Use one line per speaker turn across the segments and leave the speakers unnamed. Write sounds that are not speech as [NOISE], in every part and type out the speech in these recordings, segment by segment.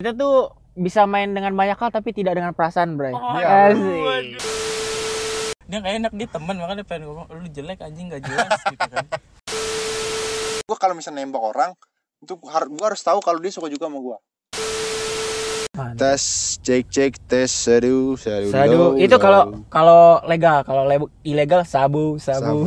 Kita tuh bisa main dengan banyak hal tapi tidak dengan perasaan, Bray.
Iya.
Asik.
Oh, Dia kayak enak dia teman makanya pengen ngomong lu jelek anjing gak
[LAUGHS]
jelas gitu kan.
Gue kalau misalnya nembak orang, itu gue harus tahu kalau dia suka juga sama gue. Tes, cek cek, tes, seru, seru.
Sadu itu kalau kalau legal, kalau le- ilegal sabu,
sabu.
sabu.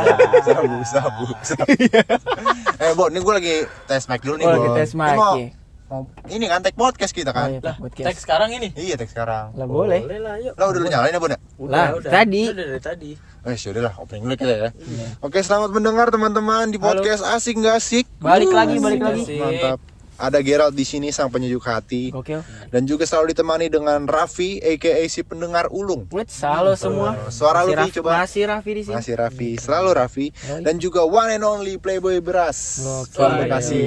[LAUGHS] sabu, sabu, sabu. [LAUGHS] eh, Bo, ini gue lagi tes mic
[LAUGHS]
dulu nih,
Oh,
Bo.
kita tes
Ini
mic.
mau-
ya.
mau- Ini kan tag podcast
Oh,
kita kan.
iya,
Lah,
podcast.
teks sekarang ini.
Iya, tag sekarang.
Lah boleh.
lah, yuk.
Lo udah lu nyalain ya, Bo? ya?
Lah, tadi.
Udah dari tadi.
Eh, sudah lah, opening dulu kita ya. Oke, selamat mendengar teman-teman di podcast Asik Nggak Asik.
Balik lagi, balik
Asik,
lagi.
asik.
Mantap. Ada Gerald di sini sang penyejuk hati
Gokil.
dan juga selalu ditemani dengan Raffi aka si pendengar ulung.
Wits, halo semua.
Suara
Masih
lu Fi,
Raffi-
coba.
Masih Raffi di
Ah,
sini.
Masih Raffi, selalu Raffi dan juga one and only Playboy Beras. Terima kasih.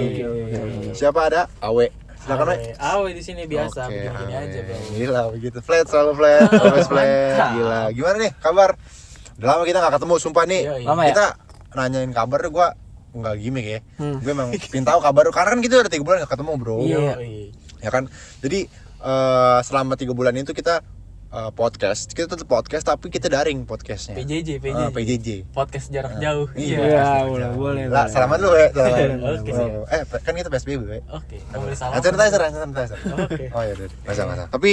Siapa ada? Awe. Silakan Awe.
Awe di sini biasa, begini
Awe.
aja, Bro. Ah,
Gila begitu flat selalu flat, always flat. Gila. Gimana nih kabar? Udah lama kita nggak ketemu, sumpah nih.
Yoi.
Lama ya?
Kita nanyain kabar tuh gua nggak gimmick ya.
Hmm.
Gue emang pin tahu kabar lu. karena kan kita udah tiga bulan nggak ketemu, Bro.
Iya.
Yoi.
ya kan jadi eh, selama tiga bulan itu kita eh, podcast kita tetap podcast tapi kita daring podcastnya
PJJ, PJJ.
Ah, PJJ
Podcast jarak jauh.
Iya.
boleh, boleh.
lah selamat lu ya selamat
Boleh,
Wow. eh kan kita psbb ya
Oke, nggak boleh salah.
hand sanitizer hand sanitizer
Oke.
oh iya iya, iya. masa masa Oh, tapi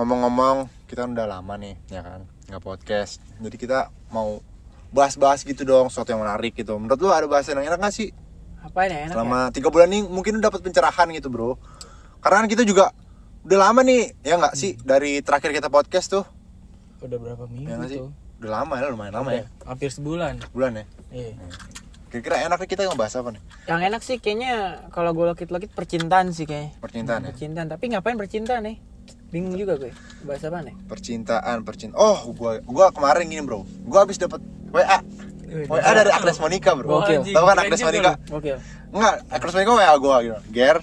ngomong-ngomong kita udah lama nih ya kan nggak podcast jadi kita mau bahas-bahas gitu dong sesuatu yang menarik gitu menurut lu ada bahasa yang enak nggak sih
Apa ya enak? ya?
selama tiga bulan nih mungkin lu dapat pencerahan gitu bro karena kan kita juga udah lama nih ya nggak sih dari terakhir kita podcast tuh
Udah berapa minggu
ya nggak sih
tuh?
udah lama ya lumayan lama
Iya.
ya
Hampir sebulan.
bulan ya
Iya.
kira-kira enaknya kita ngebahas apa nih
Yang enak sih kayaknya kalau gue lokit-lokit percintaan sih kayaknya.
percintaan ya
Percintaan, tapi ngapain percintaan nih? Bingung juga gue. Bahasa apa nih?
percintaan percintaan oh gua gua kemarin gini bro gua habis dapet WA WA dari Agnes Monica bro
Oh, Gokil.
tau kan Agnes
Keren juga
Monica
lu.
Oke.
Enggak, Akros Mega WA gue gitu. Ger,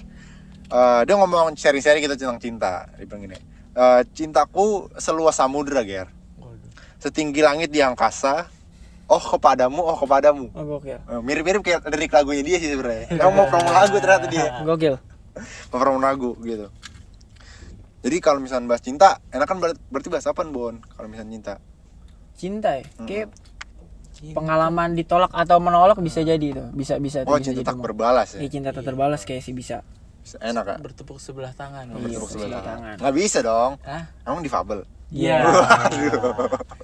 eh, dia ngomong sharing-sharing gitu tentang cinta. Dia bilang gini, eh, cintaku seluas samudra, Ger. Setinggi langit di angkasa. Oh kepadamu, oh kepadamu.
Oh, gokil.
Eh, Mirip-mirip kayak lirik lagunya dia sih sebenarnya. Emang mau promo lagu ternyata dia,
Gokil.
mau promo lagu gitu. Jadi kalau misalnya bahas cinta, enak kan ber- berarti bahas apa Bon? Kalau misalnya cinta.
Cinta ya.
Hmm.
Kayak
Cinta.
pengalaman ditolak atau menolak bisa jadi itu. Bisa bisa tuh,
Oh
bisa
cinta
jadi
tak
mau.
berbalas
Iya,
ya.
cinta tak terbalas kayak sih bisa.
Enak kak.
Bertepuk sebelah tangan.
Iya.
Bertepuk
sebelah
sebelah
tangan.
tangan. Nggak bisa dong.
Hah?
Emang difabel.
Iya.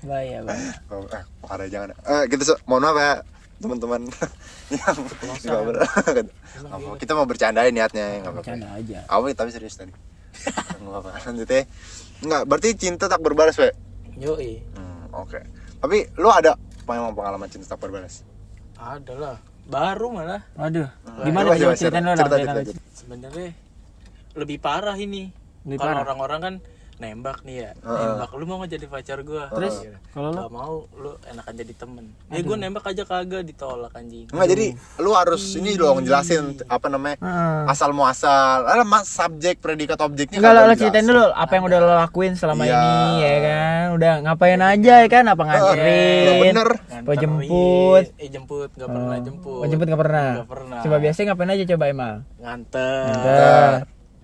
Bahaya,
[LAUGHS]
bahaya.
Oh, eh, parah jangan. Eh, kita so, mohon maaf ya teman-teman [LAUGHS] yang nggak ber- Nggak apa-apa, kita mau bercandain niatnya ya, nggak apa-apa.
Bercanda aja.
Apa tapi serius tadi. [LAUGHS] Nggak apa-apa. Lanjut ya. Nggak, berarti cinta tak berbalas, Pak.
Yoi.
Hmm, oke. Tapi lu ada pengalaman pengalaman cinta tak berbalas?
Ada lah. Baru malah.
Waduh. Gimana
Nah, Coba,
tuh
coba,
ceritain dulu dong,
cerita, cerita,
ceritain dulu.
cerita.
sebenarnya lebih parah ini
Lebih
kalau
parah?
orang-orang kan nembak nih ya nembak lu mau nggak jadi pacar gua
Terus,
Iya.
kalau lu?
Nggak mau lu enakan jadi temen ya gua nembak aja kagak ditolak anjing
Nggak, jadi lu harus ini dong jelasin apa namanya?
Heeh.
Asal muasal. Ada mas subjek, predikat, objeknya. kan
Enggak lah,
kagak
lo
dijelasin.
ceritain dulu apa yang udah lo lakuin selama
Iya.
ini ya kan. Udah ngapain aja ya kan, apa
Iya,
nganterin.
bener.
Mau jemput.
eh jemput nggak pernah jemput
Oh, jemput gak pernah.
Nggak pernah.
Coba biasanya ngapain aja coba Emal?
nganter,
Nganter.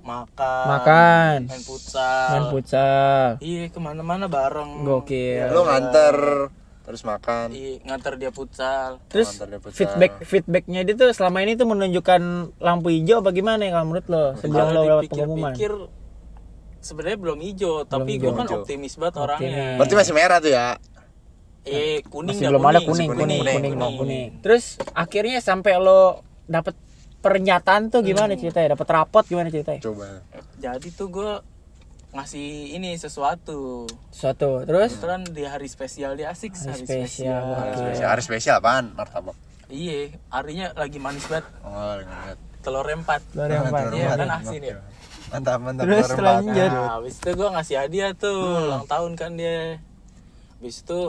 makan
Makan.
main futsal
Main futsal.
iya kemana-mana bareng
Gokil.
Lu nganter terus makan.
iya nganter dia futsal
Terus
nganter dia futsal.
feedback feedbacknya dia tuh selama ini tuh menunjukkan lampu hijau apa gimana ya kalau menurut lo sebelum lo
kalau
lewat pengumuman?
dipikir-pikir sebenarnya belum hijau tapi gue kan optimis banget orangnya
Berarti masih merah tuh ya.
eh kuning
Masih
dah,
belum ada kuning,
Masih
kuning, kuning, kuning, kuning. Terus akhirnya sampai lo dapet pernyataan tuh gimana ceritanya? Dapet rapot gimana ceritanya?
Coba.
jadi tuh gue ngasih ini sesuatu
Suatu. Terus
kebetulan di hari spesial dia asik
spesial. Iya.
hari spesial,
Hari spesial, hari spesial apaan? Martabak.
iya harinya lagi manis banget
Oh, lihat.
telur empat
Lo ada yang apa?
iya kan asin ya
Mantap, mantap.
Terus
Telur empat.
lanjut.
Nah, habis itu gue ngasih hadiah tuh,
Hmm.
ulang tahun kan dia. Habis itu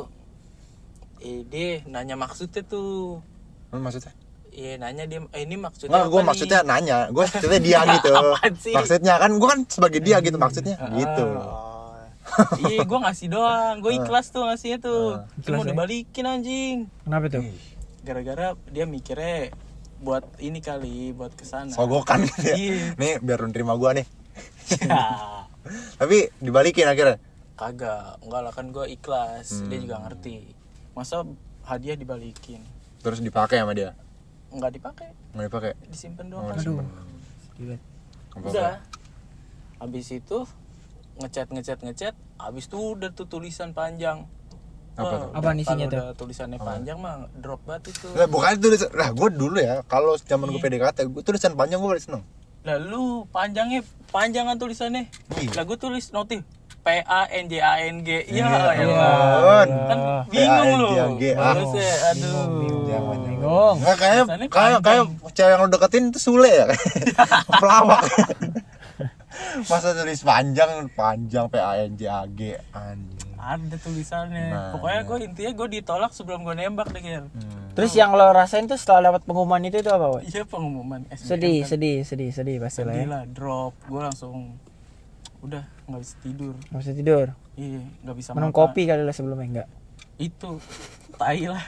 eh, dia nanya maksudnya tuh.
Hmm, maksudnya?
Iya, nanya dia, eh, ini maksudnya
Enggak,
apa
gue
nih?
maksudnya nanya. Gue maksudnya dia
[LAUGHS]
gitu.
Apaan sih? Ah.
Maksudnya kan gue kan sebagai dia gitu maksudnya. Gitu.
Oh. Iya, gue ngasih doang.
Hmm.
Gue ikhlas tuh ngasihnya tuh. Cuma
ya.
dibalikin anjing.
Kenapa tuh?
Gara-gara dia mikirnya buat ini kali, buat kesana. [LAUGHS]
Sogokan gitu ya.
Iya.
Nih biar lu nerima gue nih. Tapi dibalikin
Ya,
akhirnya.
kagak enggak lah kan gue ikhlas dia juga
Hmm.
ngerti masa hadiah dibalikin
Terus dipakai sama dia.
nggak dipakai
Nggak dipakai.
disimpan doang
Oh,
kan
disimpan.
Gila.
Nggak apa-apa.
udah habis itu ngechat ngechat ngechat habis itu udah tuh tulisan panjang
Apa tuh?
Apaan isinya tuh?
tuh tulisannya panjang mah drop banget itu
Lah bukan itu tulisan. Lah gue dulu ya, kalau zaman gue
Iya.
PDKT, gue tulisan panjang gue paling seneng.
lalu panjangnya panjangan tulisannya
Iya.
lah gue tulis notif P A N J A N G ya elah.
Ampun.
kan bingung lu
PANJANG, ah.
Balasnya, aduh
Jangan,
Bingung.
Nggak kayak
Tulisannya
kayak kayak cewek yang lo deketin itu sule ya. [LAUGHS] Pelawak. Masa tulis panjang panjang P A N J A G anjing.
ada tulisannya
Nah, Hmm.
pokoknya gue intinya gue ditolak sebelum gue nembak deh Gil.
Terus yang lo rasain tuh setelah dapat pengumuman itu tuh apa, Woy?
iya pengumuman SBM
Sedih,
kan.
sedih, sedih, sedih pasti lah ya.
sedih lah drop gue langsung udah nggak bisa tidur
Nggak bisa tidur.
iya nggak bisa
Minum
makan
kopi kali lo sebelumnya enggak?
itu tai
[LAUGHS]
lah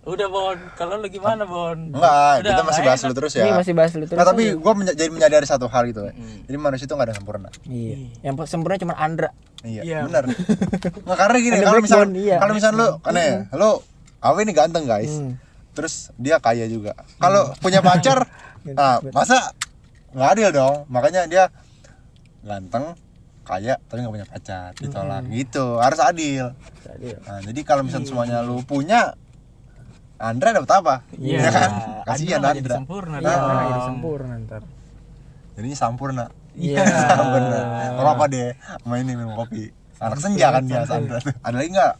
udah bon kalau lu gimana bon eh?
Enggak, kita masih bahas dulu terus ya.
Ini Iya, masih bahas lu terus. ya.
Nah, tapi gue jadi menyadari satu hal gitu ya. Jadi manusia itu gak ada yang sempurna.
Iya. Yang po- sempurna cuma Andra.
Iya,
Iya.
benar. Nggak karena gini,
Ada
kalau misal
backbone, iya.
kalau misal ya, lu aneh, lu awe ini ganteng, guys. Terus dia kaya juga. Kalau punya pacar, nah, masa nggak adil dong. Makanya dia ganteng, kaya tapi nggak punya pacar, ditolak gitu. Harus adil.
Tadi.
Nah, jadi kalau misal semuanya lu punya Andra dapat apa?
Iya.
Ya kan?
Andra
[LAUGHS] Kasihan
nggak jadi
Andra.
sempurna
Iya,
dong.
Andra jadi sempurna ntar.
Jadinya sampurna. [LAUGHS]
Iya.
Bener. Gak apa deh sama ini minum kopi. Anak senja kan dia Sandra. Ada lagi enggak?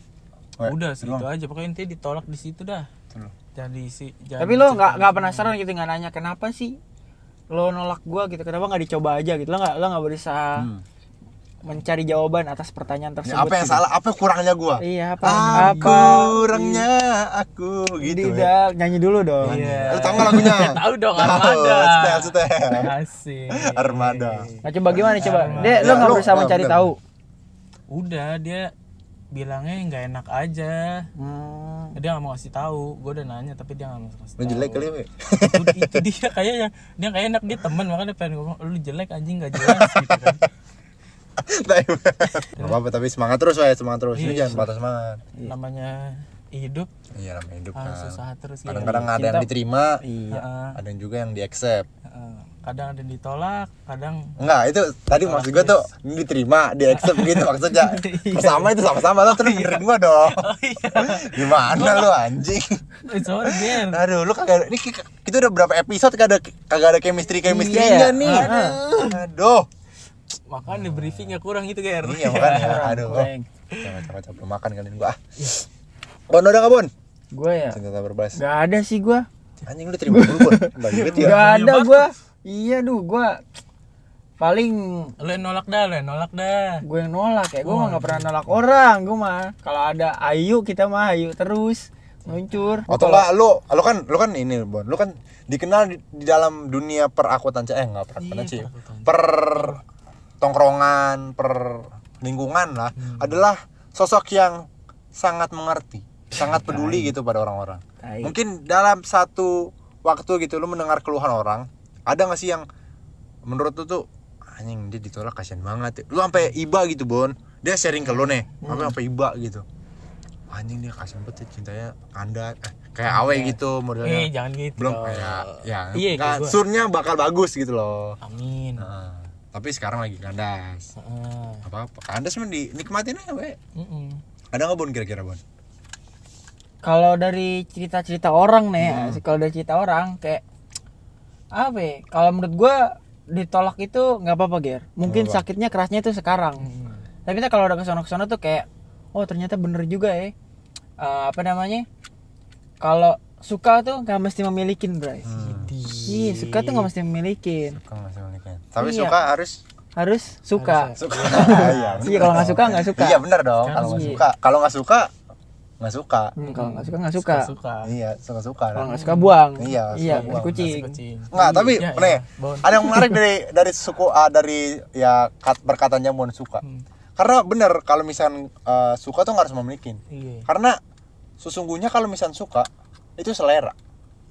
udah segitu aja pokoknya intinya ditolak di situ dah jadi si jadi
Tapi lo nggak nggak penasaran gitu nggak nanya kenapa sih lo nolak gua gitu kenapa nggak dicoba aja gitu lo nggak lo nggak berusaha mencari jawaban atas pertanyaan tersebut
apa yang
gitu.
salah? Apa kurangnya gua?
iya apa
Ah,
apa
kurangnya aku gitu. ya.
tidak nyanyi dulu dong
Iya.
Lu tahu nggak lagunya?
[LAUGHS] tahu dong
Tahu,
armada
setel, setel.
Asik.
Armada.
nah coba gimana coba deh
Ya,
lo nggak
lo-
berusaha
ya,
mencari
bener.
tahu
udah dia bilangnya nggak enak aja
hmm.
dia nggak mau kasih tahu gue udah nanya tapi dia nggak mau kasih
Lu
tahu
jelek kali [LAUGHS] we.
itu, itu dia kayaknya dia nggak enak dia teman makanya pengen ngomong lu jelek anjing nggak jelas gitu
[LAUGHS]
kan
Tapi- Nggak apa-apa tapi semangat terus we, semangat terus.
Iya,
Lu jangan patah semangat.
namanya hidup
Iya namanya hidup
harus Iya.
kan.
usaha terus gitu
Kadang-kadang ada yang diterima,
Heeh,
ada yang juga yang di accept.
heeh. kadang ada yang ditolak kadang [LAUGHS]
Enggak, itu tadi maksud gue tuh ini diterima, di accept gitu maksudnya. Bersama itu sama-sama lo terus dengerin gue dong.
oh iya
Gimana lu anjing?
Eh, sorry Ger
Aduh, lu kagak ada- ini ki- kita udah berapa episode kagak ada kagak ada chemistry chemistry
Iya.
nih. Aduh.
makan di briefing ya kurang gitu Ger
Iya makanya aduh.
kurang.
Jangan capek belum makan kalian gua. ah. Bon udah nggak, Bon?
gue ya
Cinta tak berbalas.
nggak ada sih gue
Anjing lu terima dulu Bon. Banget ya.
nggak ada gue iya duh gue paling
lu yang nolak dah lu yang nolak dah
gue yang nolak ya gue mah nggak pernah nolak orang gue mah kalau ada ayu kita mah ayu terus meluncur
Atau enggak lu lu kan lu kan ini Bon. Lu kan dikenal di, di dalam dunia perakutan eh enggak perakutan sih. Per tongkrongan, per lingkungan lah adalah sosok yang sangat mengerti, sangat peduli gitu pada orang-orang.
Tai.
Mungkin dalam satu waktu gitu lu mendengar keluhan orang, ada nggak sih yang menurut lu tuh anjing dia ditolak kasihan banget. ya. Lu sampai iba gitu, Bon. Dia sharing ke lu nih,
Hmm.
sampai sampai iba gitu. Anjing dia kasihan banget ya, cintanya anda eh, kayak awe gitu
eh
Iya,
modelnya.
jangan gitu
Belum
dong.
kayak ya,
iya
nggak,
kayak gua.
surnya bakal bagus gitu loh.
amin
Nah, tapi sekarang lagi kandas.
Heeh.
Apa apa? Kandas mah dinikmatin aja, we.
Mm-mm.
Ada nggak Bon kira-kira, Bon?
kalau dari cerita-cerita orang nih ya, kalau dari cerita orang kayak apa ya, kalau menurut gue ditolak itu nggak apa-apa Hmm. ger mungkin sakitnya kerasnya itu sekarang tapi kita kalau udah kesana kesana tuh kayak oh ternyata bener juga ya Eh, apa namanya kalau suka tuh nggak mesti memilikin bray Iya, suka tuh nggak mesti memilikin
Suka nggak sih menikah? Tapi
Iya.
suka harus
harus ya. suka
suka. [LAUGHS]
Iya kalau nggak suka nggak suka.
Iya benar dong. Kalau nggak
Iya.
suka, kalau nggak suka nggak suka.
Hmm, kalau nggak suka nggak suka.
suka
Iya suka suka.
Kalau nggak suka buang.
Iya,
Iya
suka
kasih
buang.
kucing.
kucing
Nggak, tapi
Iya,
nih
iya, Bon.
ada yang menarik dari dari suku ah, dari ya kat, perkataan yang Bon suka.
Hmm.
Karena bener kalau misalnya suka tuh nggak harus memiliki.
iya
Karena sesungguhnya kalau misalnya suka itu selera.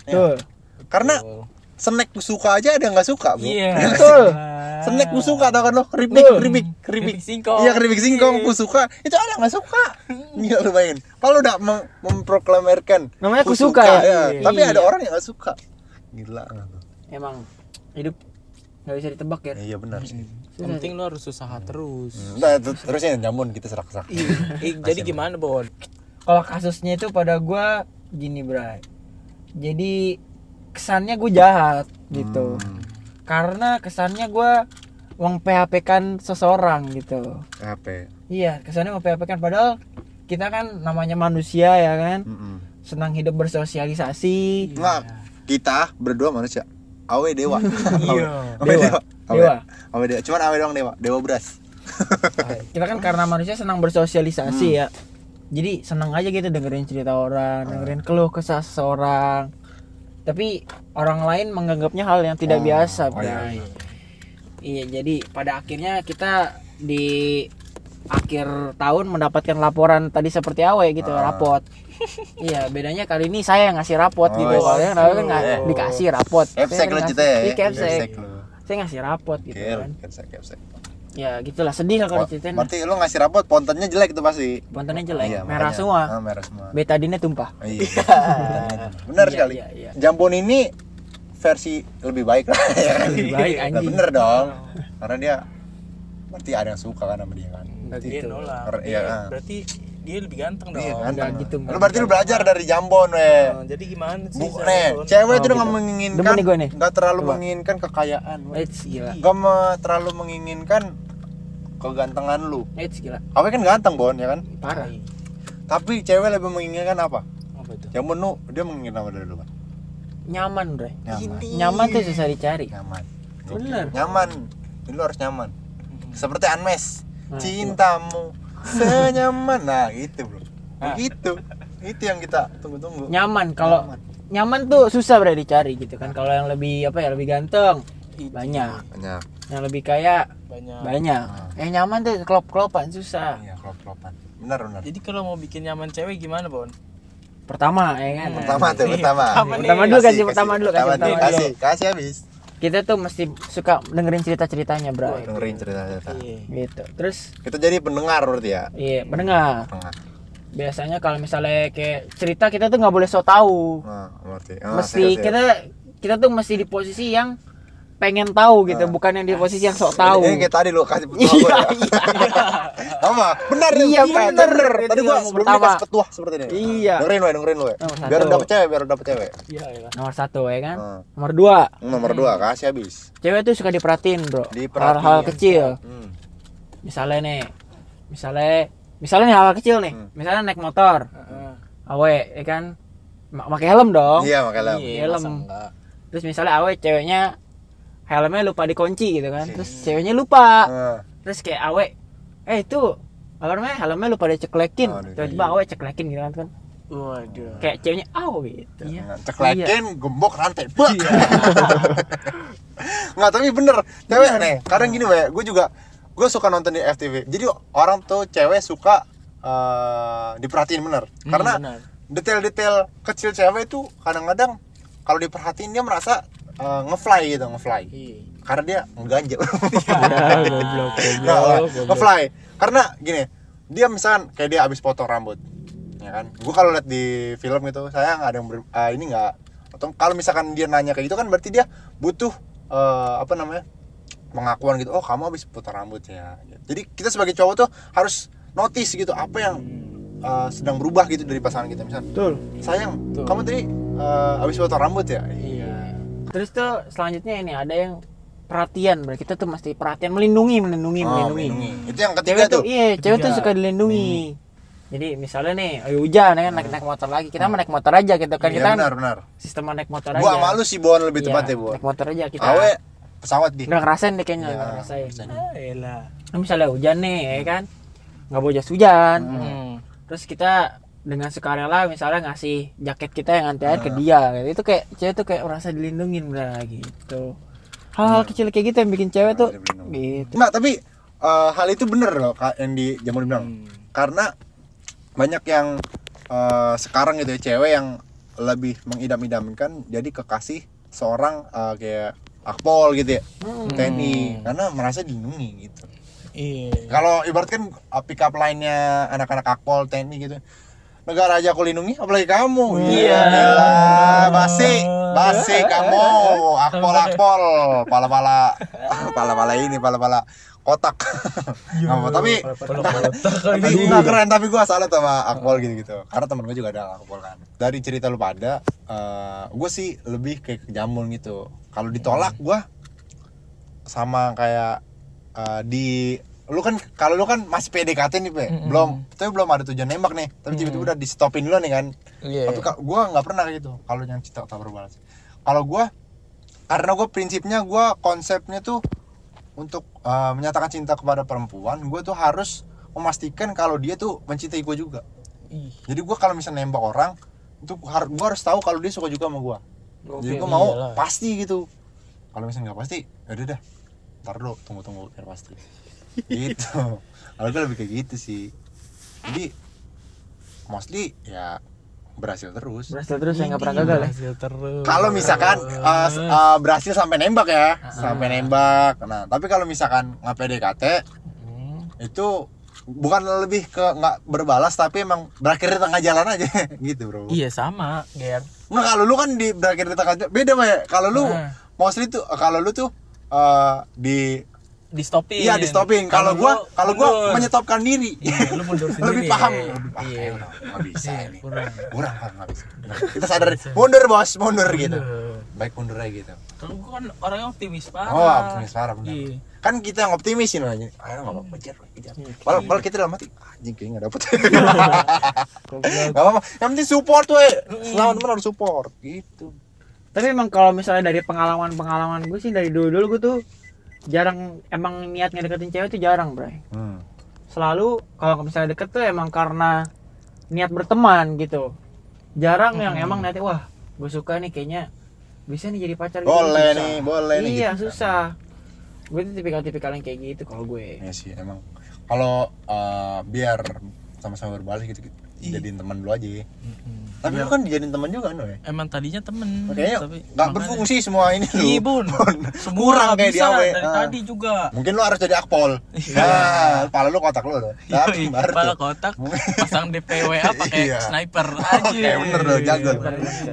Iya.
Tuh.
Karena snack gue suka aja ada yang nggak suka bro [LAUGHS]
Iya.
betul
Ah.
snack gue suka tau kan lo keripik
Betul.
keripik keripik
Keripik singkong.
iya keripik singkong gue suka itu ada yang nggak suka gila lu bayangin kalau udah mem- memproklamerkan
Namanya
ku
ku suka ya? Iya.
tapi ada
Iya.
orang yang nggak suka gila nggak tuh?
Emang hidup nggak bisa ditebak ya.
iya benar sih
Yang penting lu harus usaha terus.
nah, ter- terusnya nyamun kita serak serak
Iya.
Ih, jadi gimana, Bon?
Kalau kasusnya itu pada gua gini Bray. Jadi kesannya gue jahat gitu. Karena kesannya gua uang PHP kan seseorang gitu.
apa ya?
Iya, kesannya mau PHP kan padahal kita kan namanya manusia ya kan, senang hidup bersosialisasi.
nggak kita berdua manusia [LAUGHS] awe dewa
Iya.
awe
Dewa.
dewa awe
Dewa.
awe dewa cuman awe doang dewa dewa beras
Kita kan karena manusia senang bersosialisasi
Hmm.
ya. Jadi senang aja gitu dengerin cerita orang,
Ah.
dengerin keluh kesah seseorang. Tapi orang lain menganggapnya hal yang tidak
Oh,
biasa,
oh iya,
Bray. Iya, jadi pada akhirnya kita di akhir tahun mendapatkan laporan tadi seperti awe gitu,
Ah. [LAUGHS]
rapot. iya, bedanya kali ini saya yang ngasih rapot gitu. Kalau
Oh,
yang lalu kan nggak
iya.
dikasih rapot.
Capsek
Saya
lo
ngasih-
cita ya?
Iya, capsek.
Capsek lo.
Saya ngasih rapot gitu
Gil,
kan.
capsek, capsek.
Ya, gitulah sedih lah kalau ceritain.
Berarti lo ngasih rapot, pontennya jelek tuh pasti.
Pontennya jelek,
Iya,
merah
makanya.
semua.
Ah, merah semua.
[LAUGHS] Betadinnya tumpah.
Ah, Iya. Bener
Iya,
sekali.
iya, iya.
Jambon ini versi lebih baik lah. ya kan?
Lebih baik,
Nah,
anjing. Oh.
Bener dong. Karena dia berarti ada yang suka kan sama dia kan.
Enggak
Dia
gitu.
nolak.
Ber- iya,
Dia-
ah.
Berarti dia lebih ganteng dong.
Iya,
enggak
ganteng.
gitu, Oh,
Lu
enggak
berarti lu belajar dari Jambon, weh.
Nah, jadi gimana sih?
Bu,
Bon?
nih,
Oh,
cewek itu
gitu.
nggak menginginkan,
Demen nih gua nih.
nggak terlalu
Coba.
menginginkan kekayaan, weh.
Eits Eh, gila.
nggak me- terlalu menginginkan kegantengan lu.
Eits gila.
Awe kan ganteng Bon ya kan?
Parah.
Tapi cewek lebih menginginkan apa?
Apa itu?
Yang menu dia menginginkan apa dari lu? Bang?
Nyaman, Bre.
Nyaman.
Nyaman tuh susah dicari.
Nyaman.
Bener.
Nyaman. Jadi lu harus nyaman. Seperti Anmes.
Hmm. Nah, [LAUGHS]
Cintamu senyaman. Nah, gitu, Bro. Begitu. Itu yang kita tunggu-tunggu.
Nyaman kalau nyaman tuh susah Bre dicari gitu kan. Kalau yang lebih apa ya, lebih ganteng
Iya.
banyak.
Banyak.
Yang lebih kaya
Banyak.
banyak. Yang nyaman tuh kelop-kelopan susah.
Ah. Iya, klop-klopan. Benar, benar.
Jadi kalau mau bikin nyaman cewek gimana, Bon?
Pertama ya kan.
Pertama tuh,
Iya,
pertama.
pertama nih.
Pertama dulu kasih pertama dulu kasih
nih,
pertama dulu.
kasih, kasih habis.
Kita tuh mesti suka dengerin cerita-ceritanya, Bro.
Dengerin cerita-cerita.
Iya.
Gitu. Terus
Kita jadi pendengar berarti ya.
iya, pendengar.
Pendengar.
biasanya kalau misalnya kayak cerita kita tuh nggak boleh so tahu
Nah, berarti.
mesti kita kita tuh mesti di posisi yang pengen tahu gitu
Oh.
bukan yang di posisi yang sok tahu
Ini kayak tadi lu kasih petua
Iya,
gua ya. [LAUGHS] Sama. Benar ya.
Iya, benar.
Tadi
Itu
gua
yang
sebelumnya
pertama.
kasih petua seperti ini.
Iya.
Dengerin lu, dengerin lu. ya.
Nomor
Biar
satu.
dapet cewek, biar dapet cewek.
Iya, iya.
nomor satu ya kan
Hmm.
nomor dua
Nomor dua
Hmm.
kasih habis.
cewek tuh suka diperhatiin bro
Diperhatiin.
hal-hal kecil
Hmm.
misalnya nih misalnya misalnya nih hal-hal kecil nih
Hmm.
misalnya naik motor
Heeh.
awe ya kan Ma- pakai helm dong
Iya, makanya. lah.
Iya,
Helm.
masa enggak?
terus misalnya awe ceweknya helmnya lupa dikunci gitu kan terus ceweknya lupa
Nah,
terus kayak awe eh itu apa namanya helmnya lu pada ceklekin
Aduh,
tiba-tiba awe ceklekin gitu kan kan
Waduh.
kayak ceweknya awe gitu iya
Nah, Ceklekin, kan gembok rantai. Bak. [LAUGHS] Nggak, tapi bener. Cewek nih, kadang gini, Mbak. Gue juga gue suka nonton di FTV. Jadi orang tuh cewek suka eh, diperhatiin bener.
Hmm,
Karena
benar. Iya.
detail-detail kecil cewek itu kadang-kadang kalau diperhatiin dia merasa eh, ngefly gitu, ngefly.
Iya.
Karena dia ngeganjel.
Goblok,
Ya,
Nggak, nggak.
goblok, goblok.
ngefly. Karena gini, dia misalkan kayak dia habis potong rambut. Ya kan? Gua kalau lihat di film gitu, saya nggak ada yang ber- eh, ini nggak atau kalau misalkan dia nanya kayak gitu kan berarti dia butuh eh, apa namanya? pengakuan gitu. Oh, kamu habis potong rambut ya. Jadi kita sebagai cowok tuh harus notice gitu apa yang eh, sedang berubah gitu dari pasangan kita misalkan
betul
sayang
Tuh.
kamu tadi eh, habis potong rambut ya
Iya.
terus tuh selanjutnya ini ada yang perhatian berarti kita tuh mesti perhatian melindungi melindungi
Oh,
melindungi
melindungi. itu yang
cewek
ketiga
tuh
tuh
iya cewek tuh
Ketiga.
suka dilindungi jadi misalnya nih ayo hujan ya kan naik naik motor lagi kita mah naik motor aja gitu kan
Nah. iya
kita kan
benar benar
sistem naik motor aja
gua sama lu sih bon lebih
Iya,
tepat ya bon
naik motor aja kita
awe pesawat di
udah ngerasain deh kayaknya
Iya,
udah ngerasain
ngerasain.
Ah, elah.
Nah, misalnya hujan nih ya kan nggak bawa jas hujan
Hmm.
terus kita dengan sukarela misalnya ngasih jaket kita yang antian ke dia gitu. itu kayak cewek tuh kayak merasa dilindungin bener gitu hal-hal kecil kayak gitu yang bikin cewek tuh
dilindungi.
gitu
nah tapi eh, hal itu bener loh Kak, yang di zaman bilang
Hmm.
karena banyak yang eh, sekarang gitu ya cewek yang lebih mengidam-idamkan jadi kekasih seorang eh, kayak akpol gitu ya TNI karena merasa dilindungi gitu
Iya.
kalau ibaratkan eh, pick up line-nya anak-anak akpol TNI gitu negara aja aku lindungi apalagi kamu
Iya.
Gila, basi basi kamu akpol akpol pala pala [LAUGHS] pala pala ini pala pala kotak Nggak apa-apa. tapi tapi nggak keren tapi gue salah sama akpol gitu gitu karena temen gue juga ada akpol kan dari cerita lu pada eh gue sih lebih kayak ke Jambul gitu kalau ditolak gue sama kayak eh, di lu kan kalau lu kan masih PDKT nih pe belum tapi belum ada tujuan nembak nih tapi tiba-tiba udah di stopin dulu nih kan
Iya.
tapi ka- gua nggak pernah kayak gitu kalau yang cinta tak berbalas kalau gua karena gua prinsipnya gua konsepnya tuh untuk eh, menyatakan cinta kepada perempuan gua tuh harus memastikan kalau dia tuh mencintai gua juga
Ih.
jadi gua kalau misalnya nembak orang itu har- gua harus tahu kalau dia suka juga sama gua jadi
Oke, iya
gua mau
iyalah.
pasti gitu kalau misalnya nggak pasti ya udah dah ntar dulu tunggu tunggu biar
[LAUGHS]
pasti gitu kalau gue lebih kayak gitu sih jadi mostly ya berhasil terus
berhasil terus ya nggak pernah
Iya.
gagal ya
Berhasil terus.
kalau misalkan uh, s- uh, berhasil sampai nembak
Ah.
ya sampai nembak nah tapi kalau misalkan nggak PDKT
Hmm.
itu bukan lebih ke nggak berbalas tapi emang berakhir di tengah jalan aja [LAUGHS] gitu bro
Iya sama, Ger.
nggak kalau lu kan di berakhir di tengah jalan beda ya kalau lu
Nah.
mostly tuh kalau lu tuh uh, di
Di stopin.
iya di stopping kalau gua kalau gua menyetopkan diri
Iya, lu mundur
[LAUGHS]
sendiri.
lebih paham
Iya.
Lebih paham.
Iya.
Emang, nggak bisa ini
kurang.
kurang kurang nggak bisa kita sadar mundur bos mundur gitu
Mundur. Ah.
baik mundur aja gitu
Kalau gue kan orangnya optimis banget.
Oh, optimis parah benar.
Iya.
Kan kita yang optimis sih namanya. Ayo enggak apa-apa, kejar, kejar. Walau walau kita dalam hati anjing kayaknya enggak dapet. [LAUGHS] Enggak apa-apa. Yang penting support
Iya.
we. Selamat teman harus support gitu.
tapi emang kalau misalnya dari pengalaman pengalaman gue sih dari dulu dulu gue tuh jarang emang niat ngedeketin cewek tuh jarang bray
Hmm.
selalu kalau misalnya deket tuh emang karena niat berteman gitu jarang yang emang nanti wah gue suka nih kayaknya bisa nih jadi pacar gitu,
Boleh
susah.
nih, boleh nih,
iya
gitu.
susah gue tuh tipikal-tipikal yang kayak gitu kalau gue
Ya sih emang kalau eh, biar sama-sama berbalas gitu, gitu. jadiin teman lu aja. Tapi lu kan dijadiin teman juga kan, we.
Emang tadinya temen,
Oh, Kayaknya
Hmm, tapi
nggak
makanya-
berfungsi semua ini lu.
Iya bun, semua
[LAUGHS] Kurang
nggak
kayak
bisa
dia, we.
dari
Ah.
tadi juga.
Mungkin lu harus jadi akpol. Nah, pala lu kotak lu. tuh. Tapi
Iya,
Yoi,
baru
Iya, kepala
tuh. [LAUGHS]
kotak, pasang DPWA pakai
Iya. [LAUGHS]
sniper aja.
Oke, bener dong, jago.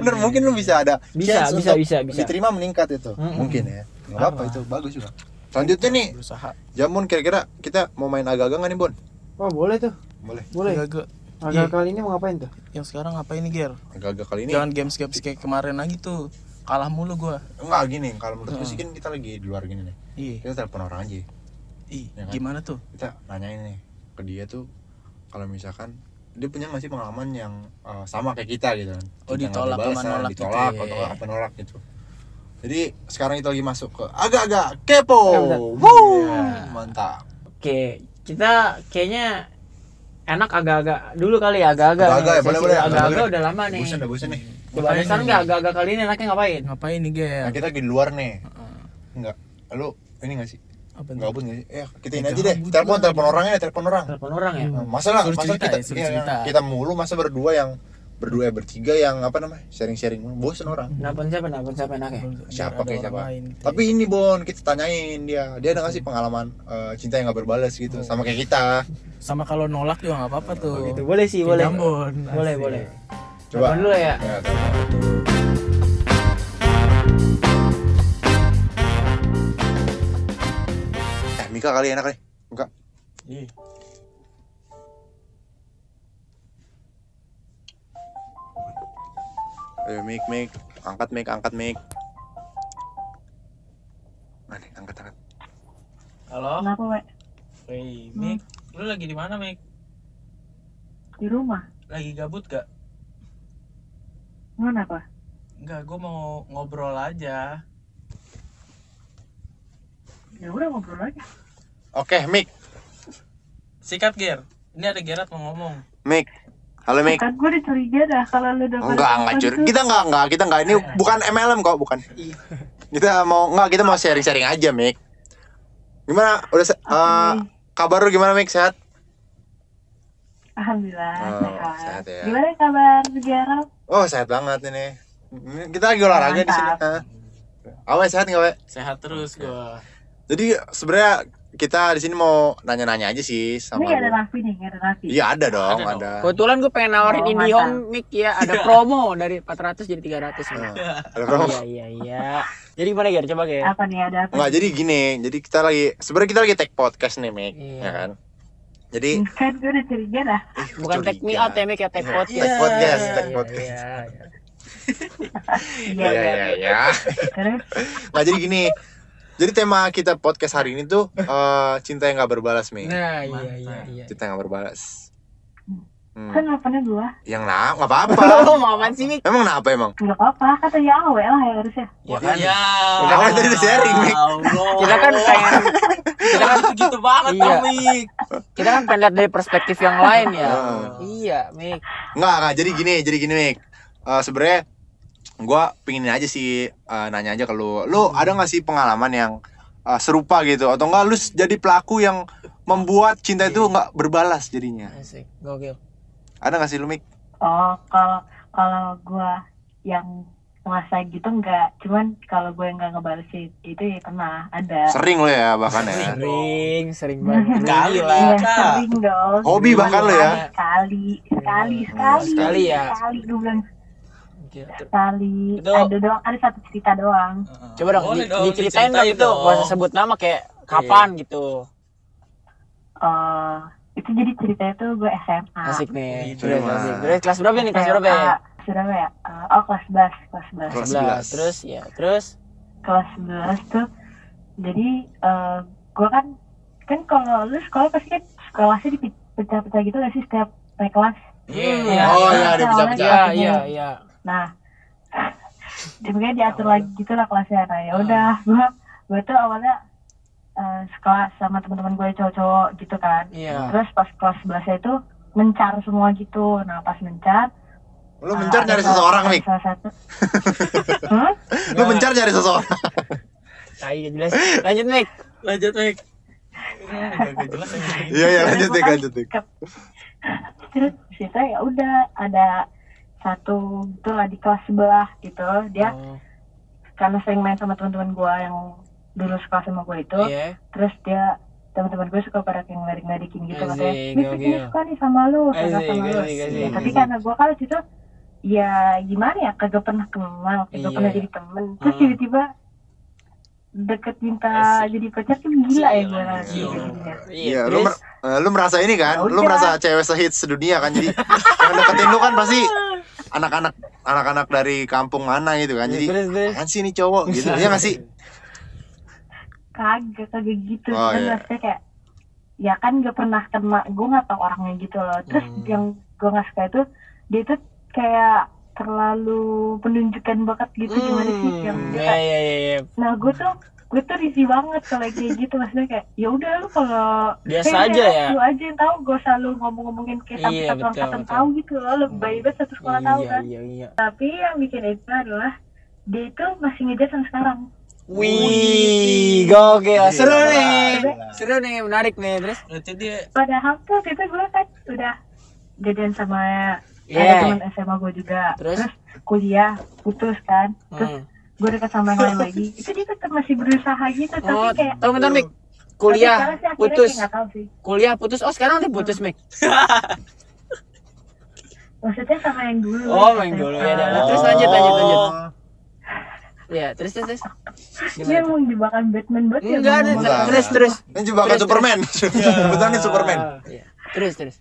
Bener, mungkin lu bisa ada
Bisa,
chance
bisa,
untuk
bisa, bisa.
Diterima meningkat itu. Mungkin ya. Enggak apa-apa itu, bagus juga. Selanjutnya nih,
Berusaha.
Jamun kira-kira kita mau main agak-agak nggak nih, Bon?
wah Oh, boleh tuh
Boleh.
boleh
Agak
agak kali ini mau ngapain tuh
yang sekarang apa ini, Ger?
Agak-agak kali ini.
Jangan games games kayak kemarin lagi tuh. Kalah mulu gua.
Enggak gini, kalau menurut gue sih kan kita lagi di luar gini nih.
Iya.
Kita telepon orang aja.
Ih,
Ya kan?
gimana tuh?
Kita nanyain nih ke dia tuh kalau misalkan dia punya nggak sih pengalaman yang eh, sama kayak kita gitu kan.
Oh,
Kita nggak
ditolak sama
berbalasan,
nolak gitu
ditolak
ya.
atau nggak apa nolak gitu. Jadi sekarang kita lagi masuk ke agak-agak kepo.
Eh,
Ya, bener.
Wuh,
Iya.
mantap.
oke kita kayaknya enak agak-agak dulu kali ya agak-agak
Agak-agak ya,
Sesi
boleh, boleh,
agak-agak
boleh.
udah lama nih
Bosan udah bosan nih.
Iya.
coba ada saran nggak agak-agak kali ini enaknya ngapain
Ngapain nih,
Nah,
Ger? Ah,
kita di luar nih. Enggak. Lu ini gak sih?
Apa tuh?
Gabut gak sih? Eh, kita ini
Ya,
aja deh.
gabut
Telepon
lah.
telepon orangnya, telepon orang.
telepon orang ya
Nah, Masa lah,
Hmm. Suruh
masa
cerita
kita
ya, suruh
iya,
cerita.
kita mulu masa berdua yang berdua eh, bertiga yang apa namanya? Sharing-sharing mulu. bosen orang.
Nelfon siapa nelfon siapa ya? enaknya
Siapa
Hmm. Ada
kayak
orang
siapa?
lain gitu. Hmm.
Tapi ini Bon, kita tanyain dia. Dia ada gak sih pengalaman eh, cinta yang gak berbalas
Oh.
gitu sama kayak kita?
Sama kalau nolak juga nggak apa-apa
Oh,
tuh.
Gitu, boleh sih boleh
Jambon.
boleh boleh Telepon
Coba.
dulu ya
Ya, telepon. Eh, Mika kali enak nih. Mika.
Ih,
Ayo Eh, mic mic, angkat mic, angkat mic. Mana nih, angkat angkat.
Halo,
Kenapa, Wek?
Wei, Mik, lu lagi di mana Mik?
Di rumah?
Lagi gabut gak?
Kenapa? apa?
Enggak, gue mau ngobrol aja.
Ya udah ngobrol aja.
Oke, mic,
Sikat Ger, ini ada Gerat mau ngomong.
mic. Halo mic. Oh,
Kan gue dicuriga dah kalau lu gitu. udah
Enggak, enggak cur. Kita enggak, enggak, kita enggak.
Iya.
Ini bukan MLM kok, bukan. Kita mau enggak, kita mau sharing-sharing aja, mic. Gimana? Udah se- eh, kabar lu gimana, mic? Sehat?
Alhamdulillah,
Oh,
sehat.
sehat ya.
Gimana kabar, Gerald?
Oh, sehat banget ini. Kita lagi olahraga di sini.
Mantap.
Hah? Awe sehat nggak, Awe?
Sehat terus gua.
Jadi sebenarnya kita di sini mau nanya-nanya aja sih sama.
Ini ada
lu.
Raffi nih, ada Raffi.
Iya ada dong,
Ada dong.
ada.
Kebetulan gue pengen nawarin
Oh,
IndiHome mic ya, ada promo dari 400 jadi 300. Bang.
Nah, Ada promo.
[LAUGHS] Iya iya iya. Jadi gimana Ger? Coba Ger.
Apa nih ada apa?
Nggak, jadi gini, jadi kita lagi sebenarnya kita lagi take podcast nih, Mik,
Iya.
ya kan? Jadi
Kan gue udah curiga dah.
ih, gua
Bukan take me
curiga.
out ya mic ya, take
Iya,
podcast.
take podcast, take
Iya,
podcast.
iya, iya.
Iya, iya, iya, iya.
Terus
Nggak, jadi gini. Jadi tema kita podcast hari ini tuh eh, cinta yang nggak berbalas, Mik.
Nah,
Ah,
iya iya iya.
Cinta yang nggak berbalas.
kan
Hmm.
nelfonnya gue.
Yang lah, nggak apa-apa.
Lo mau apaan sih mic?
Emang kenapa emang?
Gak apa-apa, katanya awe lah ya harusnya.
Ya kan? Ya.
Kita kan tadi sharing, Mik.
Allah.
Kita kan pengen
kita kan [LAUGHS] gitu banget
Iya.
dong, Mik.
kita kan pengen lihat dari perspektif yang lain ya.
Heeh.
Iya mic.
Nggak, nggak. Jadi gini, jadi gini, Mik. Eh, sebenarnya gua pingin aja sih eh, nanya aja ke lu. Lu ada nggak sih pengalaman yang eh, serupa gitu atau enggak lu s- jadi pelaku yang membuat cinta itu nggak berbalas jadinya?
Asik. Gokil.
Ada nggak sih lu, Mik?
Oh, kalau kalau gue yang masa gitu enggak. Cuman kalau gue nggak ngebalesin itu ya pernah ada.
Sering lo ya bahkan ya.
Sering, sering banget.
[LAUGHS]
Sekali lah.
Iya,
Kak.
sering dong.
Hobi bahkan lo ya.
Sekali, sekali,
Hmm,
sekali.
sekali ya.
Sekali, gue bilang
Gila.
Gitu.
sekali.
Itu-
Ada doang, ada satu cerita doang.
Coba dong,
Boleh
di- diceritain dong Iya.
diceritain
itu, gak usah sebut nama kayak kapan gitu.
eh itu jadi ceritanya tuh gue SMA.
Asik nih.
Itu
Terus,
mah.
asik. Terus kelas berapa nih? Kelas
SMA,
berapa ya?
Surabaya. Eh, oh kelas 11, kelas 11.
Kelas
11.
11.
Terus ya, terus
Kelas 11 tuh jadi eh gue kan kan kalau lu sekolah pasti kan sekolahnya dipecah-pecah gitu gak sih setiap naik kelas.
Iya.
Oh
iya,
iya, dia
dipecah-pecah.
pecah-pecah.
Iya, iya, iya.
Nah, [LAUGHS] sebenarnya diatur lagi gitu lah kelasnya. Nah, ya udah,
Hmm.
gue gue tuh awalnya eh, sekelas sama teman-teman gue cowok-cowok gitu kan.
Iya.
Terus pas kelas 11 itu mencar semua gitu. Nah, pas mencar
Lu
eh,
mencar
ada
nyari
salah-
seseorang,
ada
Mik.
Salah
[LAUGHS]
satu. Hmm?
Lu mencar nyari seseorang.
Nah, iya jelas. Lanjut, Mik.
Lanjut, Mik. Gak jelas ya, anjing.
[LAUGHS] Iya, iya, lanjut Mik, lanjut Mik.
Terus kita ya udah ada satu gitu lah di kelas sebelah gitu. Dia
Oh,
Hmm.
karena sering main sama teman-teman gue yang dulu sekolah sama gue itu.
Iya.
terus dia teman-teman gue suka pada kayak ngelirik-ngelirin gitu
Asik,
katanya ini
gokil.
kayaknya suka nih sama lu kagak
Asik,
sama lu
asik, asik,
Ya, tapi
asik.
karena gue kalau gitu ya gimana ya kagak pernah kenal kagak
Iya.
pernah jadi temen terus
Hmm.
tiba-tiba deket minta jadi pacar kan gila ya gue lah
Gila.
jadinya.
Iya, lu,
terus
mer- eh, lu merasa ini kan,
Ya
lu
udah.
merasa cewek sehits sedunia kan, jadi yang deketin lu kan pasti anak-anak anak-anak dari kampung mana gitu kan,
Iya,
jadi
terus, terus.
kan sih ini cowok gitu, ya nggak sih?
kagak kagak gitu
Oh,
kan
iya.
maksudnya kayak ya kan gak pernah kena gue nggak tau orangnya gitu loh terus
Hmm.
yang gue nggak suka itu dia tuh kayak terlalu menunjukkan bakat gitu gimana sih yang dia
Iya, iya, iya, iya.
nah gue tuh gue tuh risih banget kalau kayak gitu maksudnya kayak ya udah lu kalau
Biasa
kayak
aja
udah,
ya."
lu aja yang tahu gue selalu ngomong-ngomongin kayak tapi
Iya,
satu
betul,
angkatan
betul.
tahu gitu loh lebih baik banget satu sekolah tahu
Iya,
kan
iya, iya.
tapi yang bikin itu adalah dia itu masih ngejar sampai sekarang
Wih, gokil. Seru
Gila,
nih.
Iya.
gila.
Seru nih, menarik nih. Terus
Berarti dia
padahal tuh waktu itu gue kan udah jadian sama ada
Iya.
teman SMA gue juga
Terus?
kuliah putus kan
Hmm.
terus gue dekat sama yang lain
[LAUGHS]
lagi itu dia tetap masih berusaha gitu tapi
Oh,
kayak
tunggu bentar, Mik.
tapi
Kuliah
sekarang sih akhirnya
putus.
kayak nggak tahu sih
Kuliah putus. Oh, sekarang udah putus, Mik.
maksudnya Nah, sama yang dulu
Oh, main dulu ya. udah. Terus lanjut, lanjut,
Oh.
lanjut. Iya, terus terus terus.
Dia emang jebakan Batman banget ya,
Enggak,
ngomong
enggak.
banget.
terus terus.
Ini jebakan
Terus,
Superman, sebutannya Superman.
Iya. Terus terus.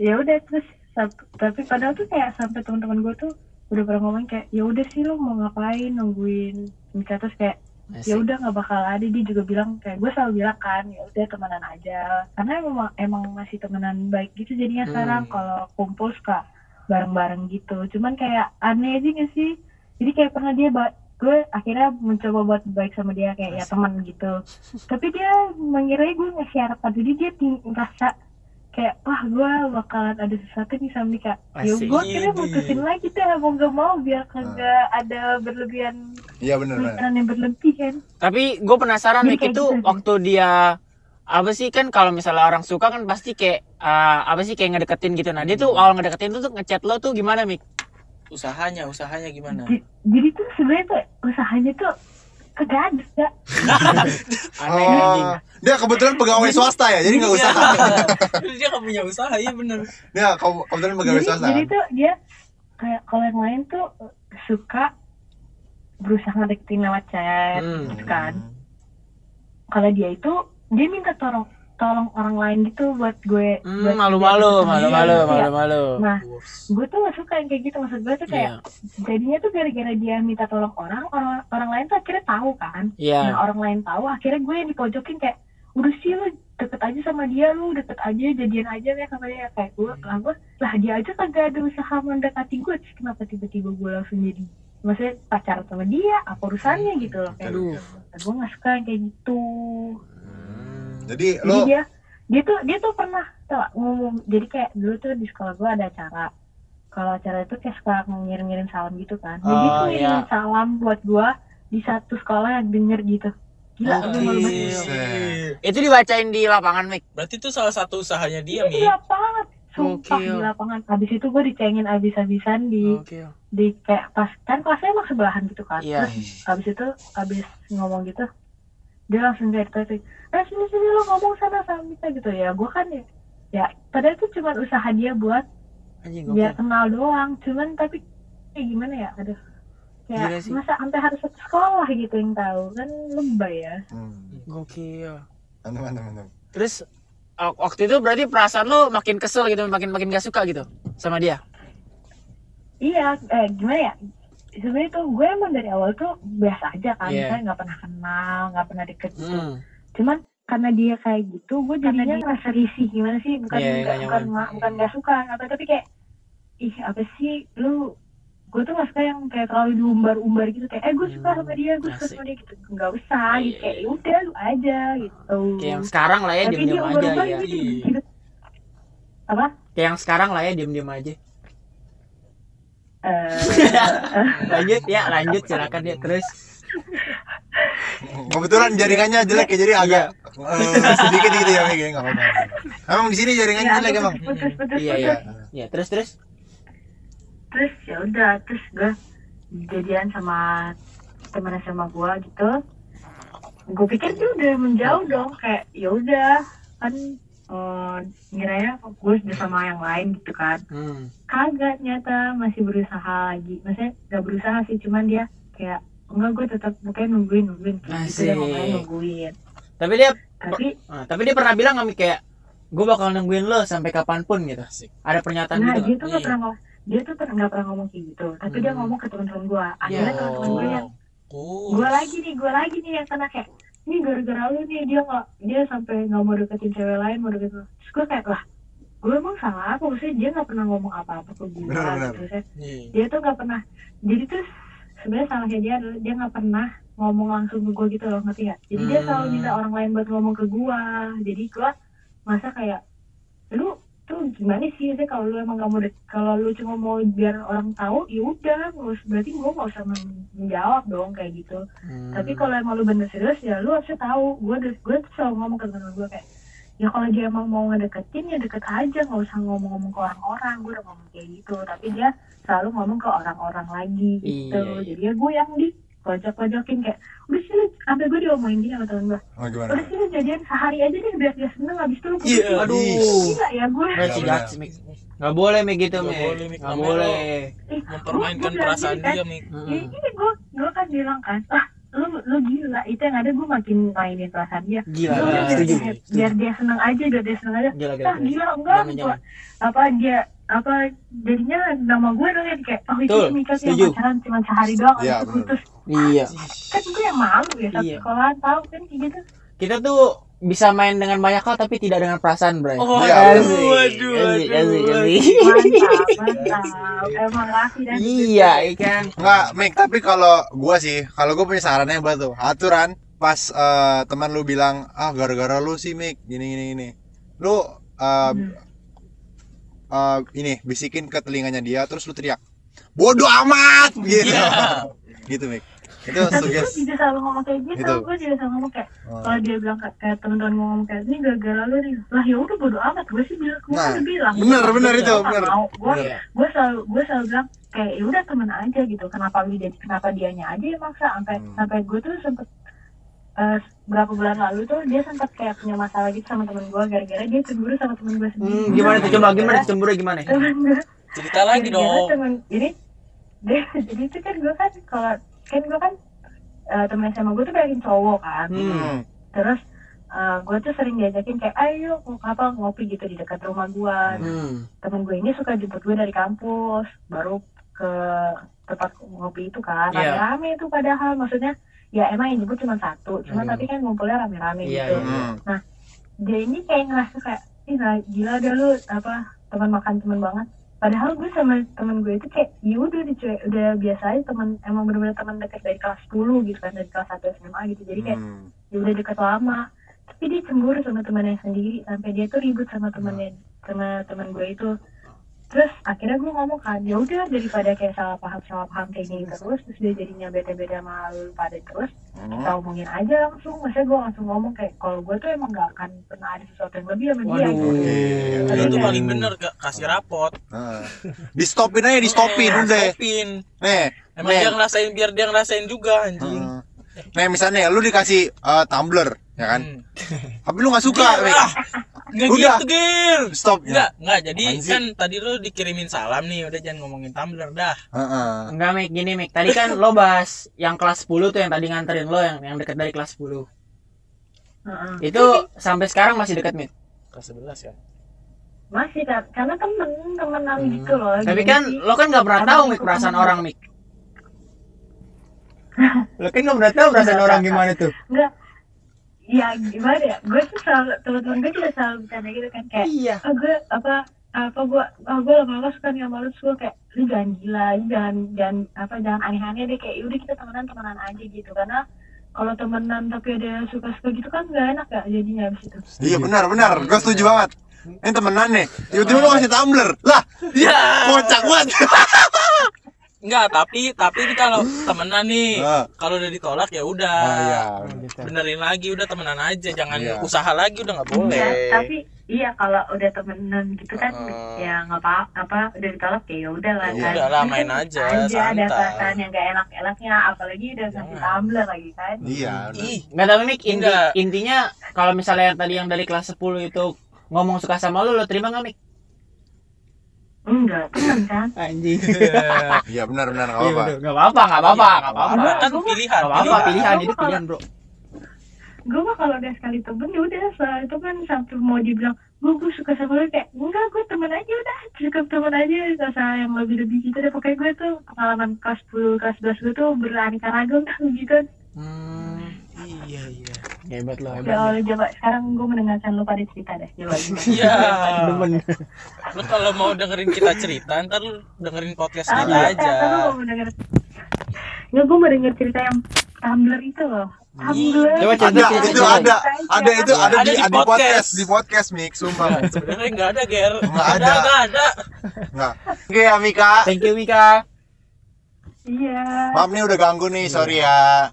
ya udah terus sam- tapi padahal tuh kayak sampai teman-teman gue tuh udah pernah ngomong kayak ya udah sih lo mau ngapain nungguin nikah terus kayak ya udah nggak bakal ada dia juga bilang kayak gue selalu bilang kan ya udah temenan aja karena emang emang masih temenan baik gitu jadinya sekarang
Hmm.
kalau kumpul suka bareng-bareng gitu cuman kayak aneh aja gak sih jadi kayak pernah dia ba- gue akhirnya mencoba buat baik sama dia kayak ya teman gitu tapi dia mengira gue ngasih harapan jadi dia ting- ngerasa kayak wah gue bakalan ada sesuatu nih sama Mika ya
Asik.
gue akhirnya mutusin lagi deh mau gak mau biar kagak ada berlebihan
Iya bener bener.
pikiran yang berlebih kan
Tapi gue penasaran
Ini
Mik
kayak [LAUGHS]
itu
gitu sih.
waktu dia apa sih kan kalau misalnya orang suka kan pasti kayak eh, apa sih kayak ngedeketin gitu. Nah, dia
Hmm.
tuh awal ngedeketin tuh, tuh ngechat lo tuh gimana, Mik?
usahanya, usahanya gimana?
J- jadi tuh sebenarnya tuh usahanya tuh kagak ada
Aneh anjing.
Oh. dia kebetulan pegawai swasta ya, jadi nggak usaha.
Jadi [LAUGHS] dia nggak punya usaha, iya bener.
Dia ke- kebetulan pegawai
jadi,
swasta.
jadi
kan?
tuh dia kayak kalau yang lain tuh suka berusaha ngedeketin lewat chat
Hmm.
gitu kan kalau dia itu dia minta tolong tolong orang lain gitu buat gue buat
Hmm, malu-malu,
dia
malu-malu,
deketin. Iya.
malu-malu.
nah gue tuh gak suka yang kayak gitu maksud gue tuh
Iya.
kayak jadinya tuh gara-gara dia minta tolong orang orang orang lain tuh akhirnya tahu kan
Iya.
nah orang lain tahu akhirnya gue yang dipojokin kayak udah sih lu deket aja sama dia lu deket aja jadian aja ya sama dia kayak gue lah gue lah dia aja kagak ada usaha mendekati gue terus kenapa tiba-tiba gue langsung jadi maksudnya pacar sama dia apa urusannya gitu loh kayak
Aduh.
Nah, gue gak suka yang kayak gitu
Jadi
jadi
lo
dia dia tuh dia tuh pernah tau gak, ngomong jadi kayak dulu tuh di sekolah gue ada acara kalau acara itu kayak suka ngirim-ngirim salam gitu kan jadi
Oh,
tuh ngirim
iya.
salam buat gue di satu sekolah yang denger gitu gila
Oh,
gue malu banget
Buset.
Itu dibacain di lapangan Mik.
Berarti itu salah satu usahanya dia, Mi.
Iya banget. Sumpah
Gokil. Oh.
di lapangan. Abis itu gue dicengin abis-abisan di
Oke.
di kayak pas kan kelasnya emang sebelahan gitu kan.
Iya.
Terus abis itu abis ngomong gitu dia langsung dari tadi, eh sini sini lo ngomong sana sama kita gitu ya. Gue kan ya, ya padahal itu cuma usaha dia buat
Anjing
biar
gokil.
kenal doang. Cuman tapi kayak gimana ya, aduh.
Gila
Kayak
sih.
masa sampai harus satu sekolah gitu yang tahu kan lebay ya.
Hmm.
Gokil.
Mantap, mantap, mantap.
Terus w- waktu itu berarti perasaan lu makin kesel gitu, makin makin gak suka gitu sama dia.
Iya, eh, gimana ya? Sebenarnya tuh gue emang dari awal tuh biasa aja kan,
Iya. Hmm.
saya nggak pernah kenal, nggak pernah deket gitu. Cuman karena dia kayak gitu, gue jadinya ngerasa risih gimana sih? Bukan
Iya,
nggak-
nggak
bukan
nyaman.
nggak bukan nggak suka apa tapi kayak ih apa sih lu gue tuh nggak suka yang kayak terlalu diumbar-umbar gitu kayak eh gue suka
Hmm,
sama dia gue suka
asik. Iya,
sama dia gitu nggak usah gitu kayak "Ya udah lu aja gitu
Kayak yang sekarang lah ya
tapi dia
diem-diem aja
umbar-umbar
ya.
gitu, gitu. apa
Kayak yang sekarang lah ya diem-diem
[LAUGHS]
aja.
Eh,
Lanjut ya, lanjut silakan ya terus.
Kebetulan jaringannya jelek ya, jadi agak eh, sedikit gitu ya, Mik. Nggak apa-apa. Emang di sini jaringannya
ya,
jelek emang.
putus, putus,
Iya
putus.
iya. Iya, terus terus.
terus ya udah terus gue jadian sama teman SMA gue gitu gue pikir dia udah menjauh dong kayak ya udah kan eh, ngiranya gue udah sama yang lain gitu kan
Hmm.
kagak nyata masih berusaha lagi maksudnya nggak berusaha sih cuman dia kayak enggak gue tetap mungkin nungguin nungguin gitu dia ngomongnya
Asik.
nungguin
Tapi dia
tapi
ah, tapi dia pernah bilang nggak Mi, kayak gue bakal nungguin lo sampai kapanpun gitu.
Asik.
Ada pernyataan
nah
gitu nggak?
dia tuh nggak pernah ngomong dia tuh per- nggak pernah ngomong kayak gitu tapi dia
Hmm.
ngomong ke teman-teman gue
Iya.
akhirnya
Ya.
teman-teman gue yang
Oh.
gue lagi nih gue lagi nih yang kena kayak ini gara-gara lu nih dia nggak dia sampai nggak mau deketin cewek lain mau deketin lu." terus gue kayak lah gue emang salah apa maksudnya dia nggak pernah ngomong apa-apa ke gue
Benar, benar.
Maksudnya,
Iya.
dia tuh nggak pernah jadi tuh sebenarnya salahnya dia adalah dia nggak pernah ngomong langsung ke gue gitu loh ngerti gak jadi dia selalu
Hmm.
minta orang lain buat ngomong ke gue jadi gue masa kayak lu tuh gimana sih sih kalau lu emang gak mau dek- kalau lu cuma mau biar orang tahu ya udah nggak usah- berarti gue nggak usah men- menjawab dong kayak gitu
Hmm.
tapi kalau emang lu bener serius ya lu harusnya tahu gue gue tuh selalu ngomong ke temen gue kayak ya kalau dia emang mau ngedeketin ya deket aja nggak usah ngomong-ngomong ke orang-orang gue udah ngomong kayak gitu tapi dia selalu ngomong ke orang-orang lagi
Iya,
gitu
iya.
jadi ya gue yang di pojok-pojokin kayak udah sih lu sampai gue diomongin gini sama temen gue
Oh, gimana?
udah sih lu jadian sehari aja deh biar dia seneng abis itu lu putusin
Iya.
Aduh.
gila ya gue
Eh, si
Benar,
Gats, Mi. Nggak boleh Mi gitu
Nggak
Mi.
boleh, Mi.
Nggak
Namanya
boleh.
Ih,
Mempermainkan
gua- gua
perasaan
bilang
dia,
gini
Mi.
Iya,
kan,
Mm-mm.
ya gini gue gue kan bilang kan ah lu lu gila itu yang ada gue makin mainin perasaan dia
Gila,
Lu
gila.
udah biar
Setuju.
dia- biar dia seneng aja biar dia seneng aja
Gila, gila,
ah
gila.
gila enggak
Jangan,
gua. apa dia apa jadinya nama gue dong yang kayak oh itu
Betul,
nikah yang
setuju.
pacaran cuma sehari doang
Iya,
habis itu
bener.
putus
Iya.
kan gue yang malu ya satu
Iya.
sekolahan tahu kan kayak
[LAUGHS]
gitu
Kita tuh bisa main dengan banyak hal tapi tidak dengan perasaan, Bray.
Oh, aduh,
Iya,
Asik,
aduh,
asik, asik,
aduh.
asik.
mantap mantap emang laki dan
Iya, ikan.
Enggak, Mik, tapi kalau gua sih, kalau gua punya sarannya buat tuh, aturan pas eh, teman lu bilang, "Ah, gara-gara lu sih, Mik, gini gini gini." Lu eh, eh, ini bisikin ke telinganya dia terus lu teriak. Bodoh amat gitu. [LAUGHS] gitu, Mik. Itu
tapi gue [LAUGHS]
sugest.
juga selalu ngomong kayak gitu,
Gitu.
gue juga selalu ngomong kayak
Oh.
kalau dia bilang kayak, kayak teman-teman mau ngomong kayak ini gara-gara lu nih lah ya udah bodo amat gue sih bilang gue
Nah,
udah bilang
bener, Iya. bener itu,
Gua nggak
bener.
mau gue
Bener.
gue selalu gue selalu bilang kayak ya udah temen aja gitu kenapa lu jadi kenapa dianya aja yang maksa sampai
Hmm.
sampai gue tuh sempet eh, berapa bulan lalu tuh dia sempat kayak punya masalah gitu sama temen gue gara-gara dia cemburu sama temen gue sendiri
Hmm, gimana tuh coba gimana tuh cemburu gimana?
temen gue
cerita lagi
Gara-gara
dong
temen jadi dia- jadi itu kan gue kan kalau kan gue kan eh, temen SMA gue tuh banyakin cowok kan
Hmm.
terus eh, gue tuh sering diajakin kayak ayo mau apa ngopi gitu di dekat rumah gue
Hmm.
temen gue ini suka jemput gue dari kampus baru ke tempat ngopi itu kan
Iya.
rame-rame itu padahal maksudnya ya emang yang jemput cuma satu cuma
Aduh.
tapi kan ngumpulnya rame-rame
Iya,
gitu
iya.
Hmm.
dia ini kayak ngerasa kayak Ih, nah, gila dah lu apa teman makan teman banget padahal gue sama temen gue itu kayak ya udah dicuek udah biasa aja teman emang bener-bener teman dekat dari kelas 10 gitu kan dari kelas 1 SMA gitu jadi kayak
Hmm.
ya udah dekat lama tapi dia cemburu sama temannya sendiri sampai dia tuh ribut sama temannya sama teman gue itu terus akhirnya gue ngomong kan ya udah daripada kayak salah paham salah paham kayak gini terus terus dia jadinya bete bete malu pada terus kita omongin aja langsung masa gue langsung ngomong kayak kalau gue tuh emang gak akan pernah ada sesuatu yang lebih sama dia Gitu.
Waduh.
Oke.
itu
Iya.
paling bener gak kasih rapot
Nah. Di stopin aja, di stopin
Eh,
udah.
stopin
Nih,
emang
Nih.
dia ngerasain biar dia ngerasain juga anjing
Hmm. Nih misalnya lu dikasih eh, tumbler, ya kan?
Hmm.
Tapi lu nggak suka, nih.
Ah, nggak
Udah.
gitu gir
Stop.
Enggak,
Ya.
enggak. Jadi
Apaan sih?
kan tadi lu dikirimin salam nih, udah jangan ngomongin Tumblr dah.
Heeh.
Enggak, Mik, gini, Mik. Tadi kan lo bahas yang kelas 10 tuh yang tadi nganterin lo yang yang dekat dari kelas 10.
Heeh.
Itu sampai sekarang masih dekat, Mik.
Kelas 11 ya.
masih kan karena temen temenan gitu loh
Tapi
Jadi-
kan lo kan nggak pernah tahu Mik perasaan orang, Mik. lo kan nggak pernah tahu perasaan orang gimana tuh.
enggak ya gimana ya gue tuh selalu teman-teman gue juga selalu bercanda gitu kan kayak
Iya.
ah gue apa apa gue ah gue lama-lama suka nih sama lu terus gue kayak lu jangan gila lu jangan jangan apa jangan aneh-aneh deh kayak udah kita temenan temenan aja gitu karena kalau temenan tapi ada suka-suka gitu kan nggak enak ya jadinya abis itu
Iya benar benar, gue setuju banget. Ini temenan nih, tiba-tiba lu ngasih tumbler, lah,
Ya.
kocak
[LAUGHS]
banget.
Enggak, tapi tapi ini kalau temenan nih,
Ah.
kalau udah ditolak ya udah.
Ah, iya.
Benerin lagi udah temenan aja, jangan
Iya.
usaha lagi udah nggak boleh.
Iya, tapi iya kalau udah temenan gitu kan
Heeh.
ya nggak apa apa udah ditolak ya udahlah
Ya
kan.
udahlah, main
Kan
aja,
ada
santai. Iya.
perasaan yang gak enak-enaknya apalagi udah ngasih
Jangan.
tumbler lagi kan.
Iya. benar.
Ih,
Nggak tahu Mik, inti-
Nggak.
intinya kalau misalnya yang tadi yang dari kelas 10 itu ngomong suka sama lo, lo terima nggak, Mik?
Enggak, temen kan.
Anjing. [LAUGHS]
Iya benar benar nggak apa-apa.
Enggak apa-apa, nggak apa-apa, nggak apa-apa.
apa kan
Gua-
pilihan.
Iya, Nggak apa-apa,
pilihan.
pilihan itu pilihan, Bro.
gue mah kalau udah sekali temen ya udah setelah itu kan sampai mau dibilang gue gue suka sama lu kayak enggak gue temen aja udah cukup temen aja gak usah yang lebih lebih gitu deh pokoknya gue tuh pengalaman kelas 10 kelas 11 gue tuh beraneka ragam [LAUGHS] kan gitu
Iya, iya.
Hmm, Hebat lo,
ya Allah coba sekarang gue mendengarkan lu pada cerita deh
[LAUGHS]
coba gimana?
Iya.
Demen.
Lu kalau mau dengerin kita cerita, ntar lu dengerin podcast
Ah,
kita
iya,
aja.
ternyata lu mau mendengar nggak gue mau denger cerita yang Tumblr itu loh Tumblr
Iya. Coba cerita,
Ada
cerita,
itu
cerita.
ada, ada itu ada
Iya. Ada di
di ada di podcast
podcast.
di podcast mix, sumpah.
Sebenarnya nggak ada, Ger.
Nggak ada.
Nggak ada.
Nggak. Oke ya Mika,
[LAUGHS] Thank you, Mika.
iya
maaf nih udah ganggu nih, sorry ya.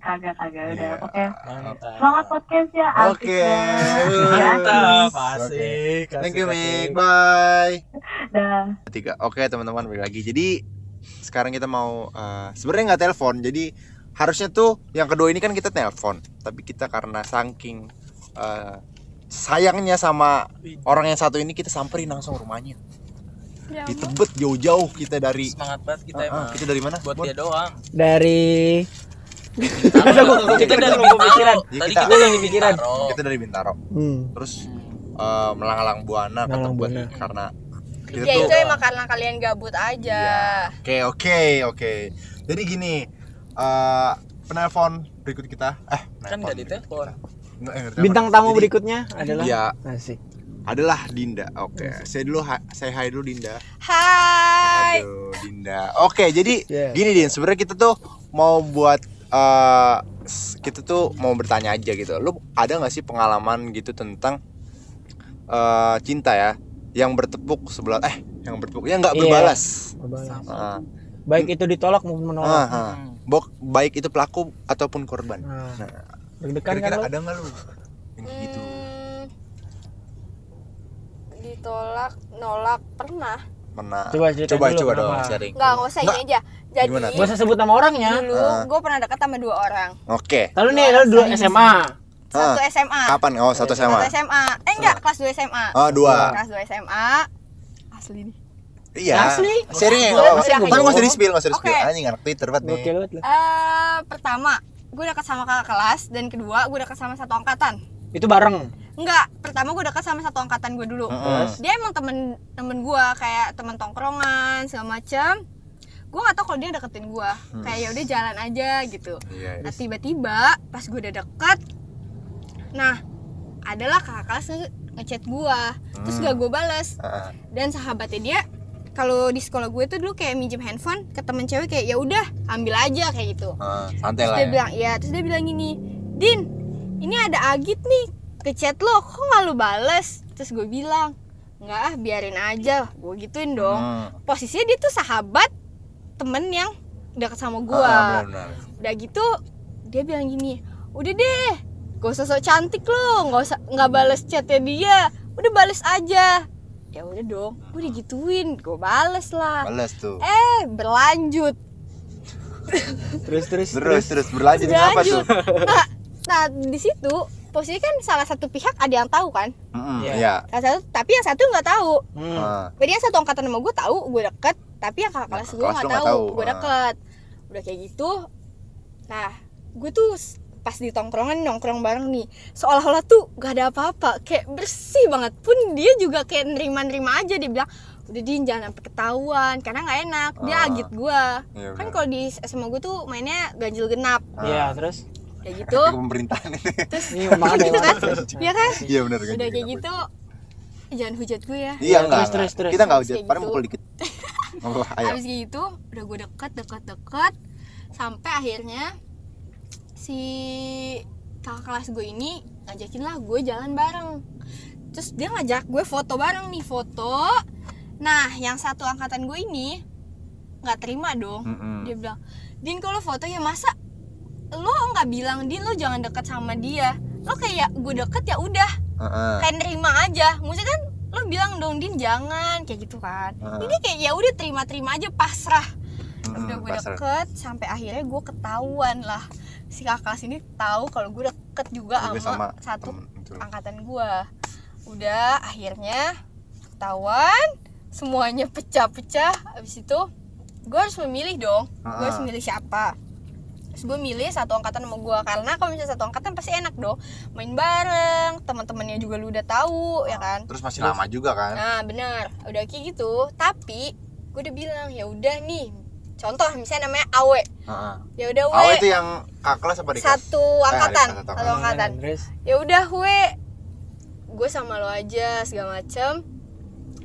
kagak kagak udah
Iya.
oke
Mantap.
semangat podcast ya asik
Oke.
banget. Ya,
Mantap, asik.
Thank you Mik,
Kasih-kasih.
bye.
dah
tiga oke teman-teman balik lagi jadi sekarang kita mau eh, sebenarnya nggak telepon jadi harusnya tuh yang kedua ini kan kita telepon tapi kita karena saking eh, sayangnya sama orang yang satu ini kita samperin langsung rumahnya di Tebet jauh-jauh kita dari
Semangat banget kita
Ah, ah,
emang.
kita dari mana
buat
Bon?
dia
[LAUGHS]
doang.
Dari
kita dari Bintaro.
Iya,
Tadi kita
kita-
dari Bintaro.
kita dari Bintaro
hmm.
terus eh, melanglang buana ke
Melanglang
Tebet
buana.
karena kita
Ya
tuh
itu emang karena kalian gabut aja.
Ya, Oke oke oke. Jadi gini, eh penelpon berikut kita. Eh,
Kan
penelpon
nggak
berikut
ditelepon.
kita. Nggak, eh, nggak ditelepon.
Bintang tamu
Jadi,
berikutnya adalah
Iya,
Asik.
adalah Dinda. Oke, saya dulu ha- saya hai dulu Dinda.
Hai.
Aduh, Dinda. Oke, jadi
Yes.
gini Din, sebenarnya kita tuh mau buat eh, s- kita tuh mau bertanya aja gitu. Lu ada nggak sih pengalaman gitu tentang eh, cinta ya yang bertepuk sebelah eh yang bertepuk yang nggak
Iya.
berbalas. Ah.
Baik itu ditolak maupun menolak.
Ah, ah.
Hmm.
Bok- baik itu pelaku ataupun korban.
Nah,
Nah,
deg-degan kan
kira-kira
lo?
ada nggak lu? Yang kayak gitu.
Hmm, ditolak, nolak pernah.
pernah
Coba cerita
coba
dulu
coba dong
kenapa.
sharing
Nggak, nggak usah ini aja. Jadi
Gimana
Gak usah sebut nama orangnya.
dulu
Ah.
gue pernah deket sama dua orang.
oke Ah,
Lalu nih, lalu dulu SMA.
Satu SMA.
kapan oh satu
Satu
SMA
SMA. Eh enggak, kelas 2 SMA.
oh dua
Kelas 2 SMA. Asli nih.
iya
Asli?
sharing ya nggak
Boleh,
apa-apa.
boleh,
tapi
boleh.
nggak usah di spill nggak usah di spill
Oke.
anjing anak twitter banget nih
Gokil banget lah.
Eh, pertama, gue deket sama kakak kelas dan kedua gue deket sama satu angkatan.
Itu bareng.
Enggak, pertama gue deket sama satu angkatan gue dulu.
Heeh.
Dia emang temen temen gue kayak temen tongkrongan segala macem. Gue gak tau kalau dia deketin gue.
Hmm.
Kayak ya udah jalan aja gitu.
Iya, iya.
Nah tiba-tiba pas gue udah deket, nah adalah kakak kelas nge- ngechat gue, terus
Hmm.
gak gue balas.
Ah,
Dan sahabatnya dia kalau di sekolah gue tuh dulu kayak minjem handphone ke temen cewek kayak ya udah ambil aja kayak gitu.
ah, santai
Terus
lah
dia
ya.
bilang iya, terus dia bilang gini, Din, ini ada Agit nih ke chat lo, kok nggak lo bales? Terus gue bilang nggak ah biarin aja, gue gituin dong.
Hmm.
Posisinya dia tuh sahabat temen yang deket sama gue.
Ah, benar-benar.
Udah gitu dia bilang gini, udah deh, gak usah sok cantik lo, nggak usah nggak bales chatnya dia, udah bales aja. Ya udah dong, gue digituin, gue bales lah.
Balas tuh
Eh berlanjut,
Terus terus.
terus terus berlanjut kenapa tuh
berlanjut. Nah, nah di situ posisi kan salah satu pihak ada yang tahu kan,
Mm-mm,
Iya.
iya
Salah satu, tapi yang satu nggak tahu.
Hmm.
Ah,
Jadi yang satu angkatan sama gue tahu, gue deket, tapi yang kakak
Nah,
kelas gue
kelas
nggak
lu nggak
tahu,
tahu,
gue
ah.
deket. Udah kayak gitu, nah gue tuh s- pas di tongkrongan nongkrong bareng nih seolah-olah tuh gak ada apa-apa kayak bersih banget pun dia juga kayak nerima-nerima aja dia bilang udah din jangan sampai ketahuan karena nggak enak dia
Ah.
agit gue
iya
kan
benar.
kalau di SMA gue tuh mainnya ganjil genap
Iya, terus.
kayak gitu
Kayak pemerintahan ini
Ini memang ada
gitu
yang
[LAUGHS]
kan ya kan
iya benar kan
udah kayak gitu "Ih, jangan hujat gue ya
iya enggak
Terus, terus, terus.
kita enggak hujat
Kayak
paling
gitu.
pukul
[LAUGHS]
dikit Nggak apa-apa, ayo
habis kayak gitu udah gue deket deket deket sampai akhirnya si kakak kelas gue ini ngajakin lah gue jalan bareng terus dia ngajak gue foto bareng nih foto nah yang satu angkatan gue ini nggak terima dong
Mm-mm.
dia bilang din kalau foto ya masa lo nggak bilang din lo jangan deket sama dia lo kayak gue deket ya udah
Heeh.
kayak nerima aja maksudnya kan lo bilang dong din jangan kayak gitu kan
Ah.
ini kayak ya udah terima terima aja pasrah
Mm,
udah gue
pasar.
deket sampai akhirnya gue ketahuan lah si kakak kelas ini tahu kalau gue deket juga
Juga
sama,
sama
satu
temen, betul.
angkatan gue udah akhirnya ketahuan semuanya pecah-pecah abis itu gue harus memilih dong gue harus
Ah.
milih siapa terus gue milih satu angkatan sama gue karena kalau misalnya satu angkatan pasti enak dong main bareng teman-temannya juga lu udah tahu ya kan
terus masih lama juga kan
Nah, benar. Udah kayak gitu, tapi gue udah bilang ya udah nih. Contoh misalnya namanya Awe.
Heeh.
Ya udah
Awe itu
we.
yang kakak kelas apa di kelas?
Satu
Ah, adik
angkatan,
kelas, satu
satu angkatan.
Terus.
Ya udah we. Gue sama lo aja segala macem.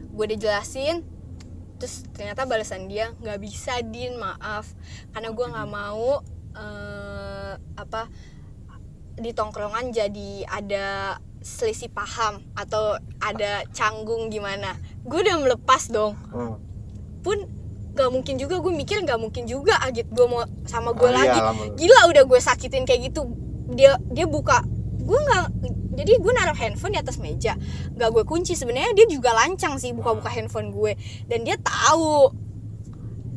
Gue udah jelasin terus ternyata balasan dia nggak bisa din maaf karena gue nggak mau eh, apa di tongkrongan jadi ada selisih paham atau ada canggung gimana gue udah melepas dong
Hmm.
pun gak mungkin juga gue mikir gak mungkin juga agit gue mau sama gue
Ah,
lagi
iya, lama.
gila udah gue sakitin kayak gitu dia dia buka gue nggak jadi gue naruh handphone di atas meja nggak gue kunci sebenarnya dia juga lancang sih buka-buka handphone gue dan dia tahu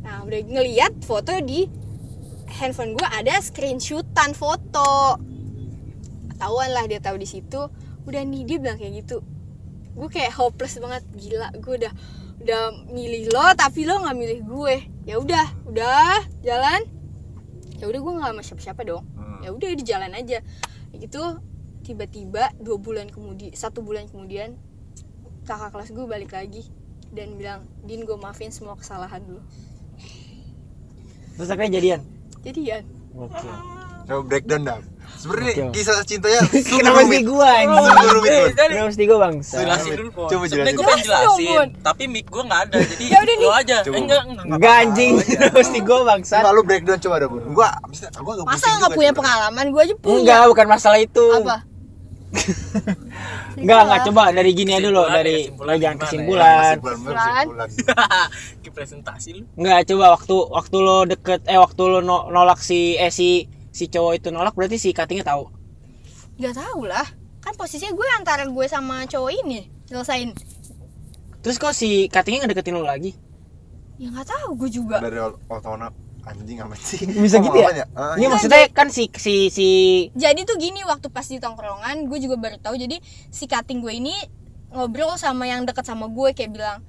nah udah ngeliat foto di handphone gue ada screenshotan foto ketahuan lah dia tahu di situ udah nih dia bilang kayak gitu gue kayak hopeless banget gila gue udah udah milih lo tapi lo nggak milih gue ya udah udah jalan ya udah gue nggak sama siapa siapa dong
Hmm.
ya udah di jalan aja Kayak gitu tiba-tiba dua bulan kemudian satu bulan kemudian kakak kelas gue balik lagi dan bilang din gue maafin semua kesalahan lo
Terus akhirnya jadian.
jadi ya
Oke.
Coba breakdown dah. Sebenarnya
Oke.
kisah cintanya sungguh
Kenapa mesti
rumit.
gua anjing?
Sungguh rumit. Bun.
Kenapa mesti gua bang?
Iya, jelasin dulu Bon.
Coba
Sebenarnya
jelasin.
gue pengen
Jelasin dong,
jelasin
Bon.
tapi mic gue nggak ada jadi
Ya udah
lo aja
Coba.
eh, enggak enggak
Enggak anjing. Kenapa mesti gua bangsa?
Enggak lu breakdown coba dah, Bun. Gua maksudnya gua agak
masa nggak punya
gitu.
pengalaman gue aja punya
Enggak, bukan masalah itu.
apa
[LAUGHS] Enggak, enggak coba dari gini aja dulu,
Kesimpulan ya,
dari
kesimpulan
lo jangan
gimana ya?
Iya,
kesimpulan.
Kesimpulan. [LAUGHS]
[LAUGHS] Kayak presentasi lu
Enggak, coba waktu waktu lo deket eh waktu lo no- nolak si eh si si cowok itu nolak berarti si katingnya tahu.
nggak tahu lah kan posisinya gue antara gue sama cowok ini selesain
Terus kok si katingnya ngedeketin lo lagi?
ya nggak tahu gue juga
dari ol- Oltona anjing amat sih
Bisa gitu ya?
Nah,
Ah,
Ini
iya.
maksudnya kan si si si
jadi tuh gini waktu pas di tongkrongan gue juga baru tahu jadi si kating gue ini ngobrol sama yang deket sama gue kayak bilang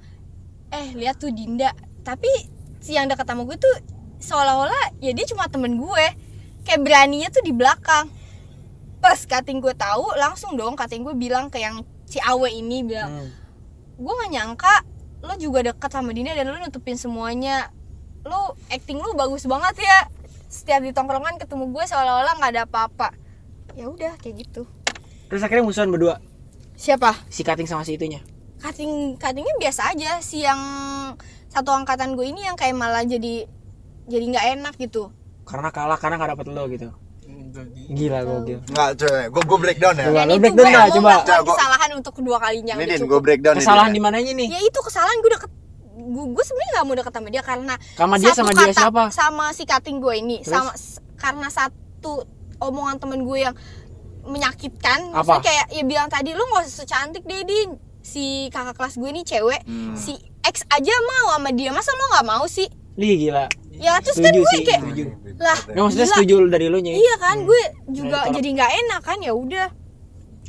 eh lihat tuh Dinda tapi si yang deket sama gue tuh seolah-olah ya dia cuma temen gue kayak beraninya tuh di belakang pas kating gue tahu langsung dong kating gue bilang ke yang si Awe ini bilang gue gak nyangka lo juga deket sama Dina dan lo nutupin semuanya lo acting lo bagus banget ya setiap di tongkrongan ketemu gue seolah-olah nggak ada apa-apa ya udah kayak gitu
terus akhirnya musuhan berdua
siapa
si kating sama si itunya.
kating katingnya biasa aja si yang satu angkatan gue ini yang kayak malah jadi jadi nggak enak gitu
Karena kalah karena nggak dapet lo gitu.
Gila gokil.
Enggak, coy. Gua gua breakdown ya.
Coba
Dan
lo
itu
breakdown
gue-
dah
gue
coba.
melakukan
Coba.
kesalahan untuk kedua kalinya
Ini
udah
Din,
cukup.
gua breakdown ini,
Kesalahan
Din.
di mananya nih?
ya itu kesalahan gue deket gue, gue sebenarnya nggak mau deket sama dia karena
Sama dia
satu
sama dia
kata-
siapa?
sama si kating gue ini
Terus?
sama s- karena satu omongan temen gue yang menyakitkan
Apa?
maksudnya kayak ya bilang tadi lu nggak usah cantik deh Din." si kakak kelas gue ini cewek
Hmm.
si X aja mau sama dia masa lo nggak mau sih
Lih gila.
ya terus kan
Setuju
gue
sih.
kayak
Setuju.
lah
Ya maksudnya
gila.
setuju Hmm. Nah, dari lo nya.
iya kan gue juga
ditolak.
jadi nggak enak kan ya udah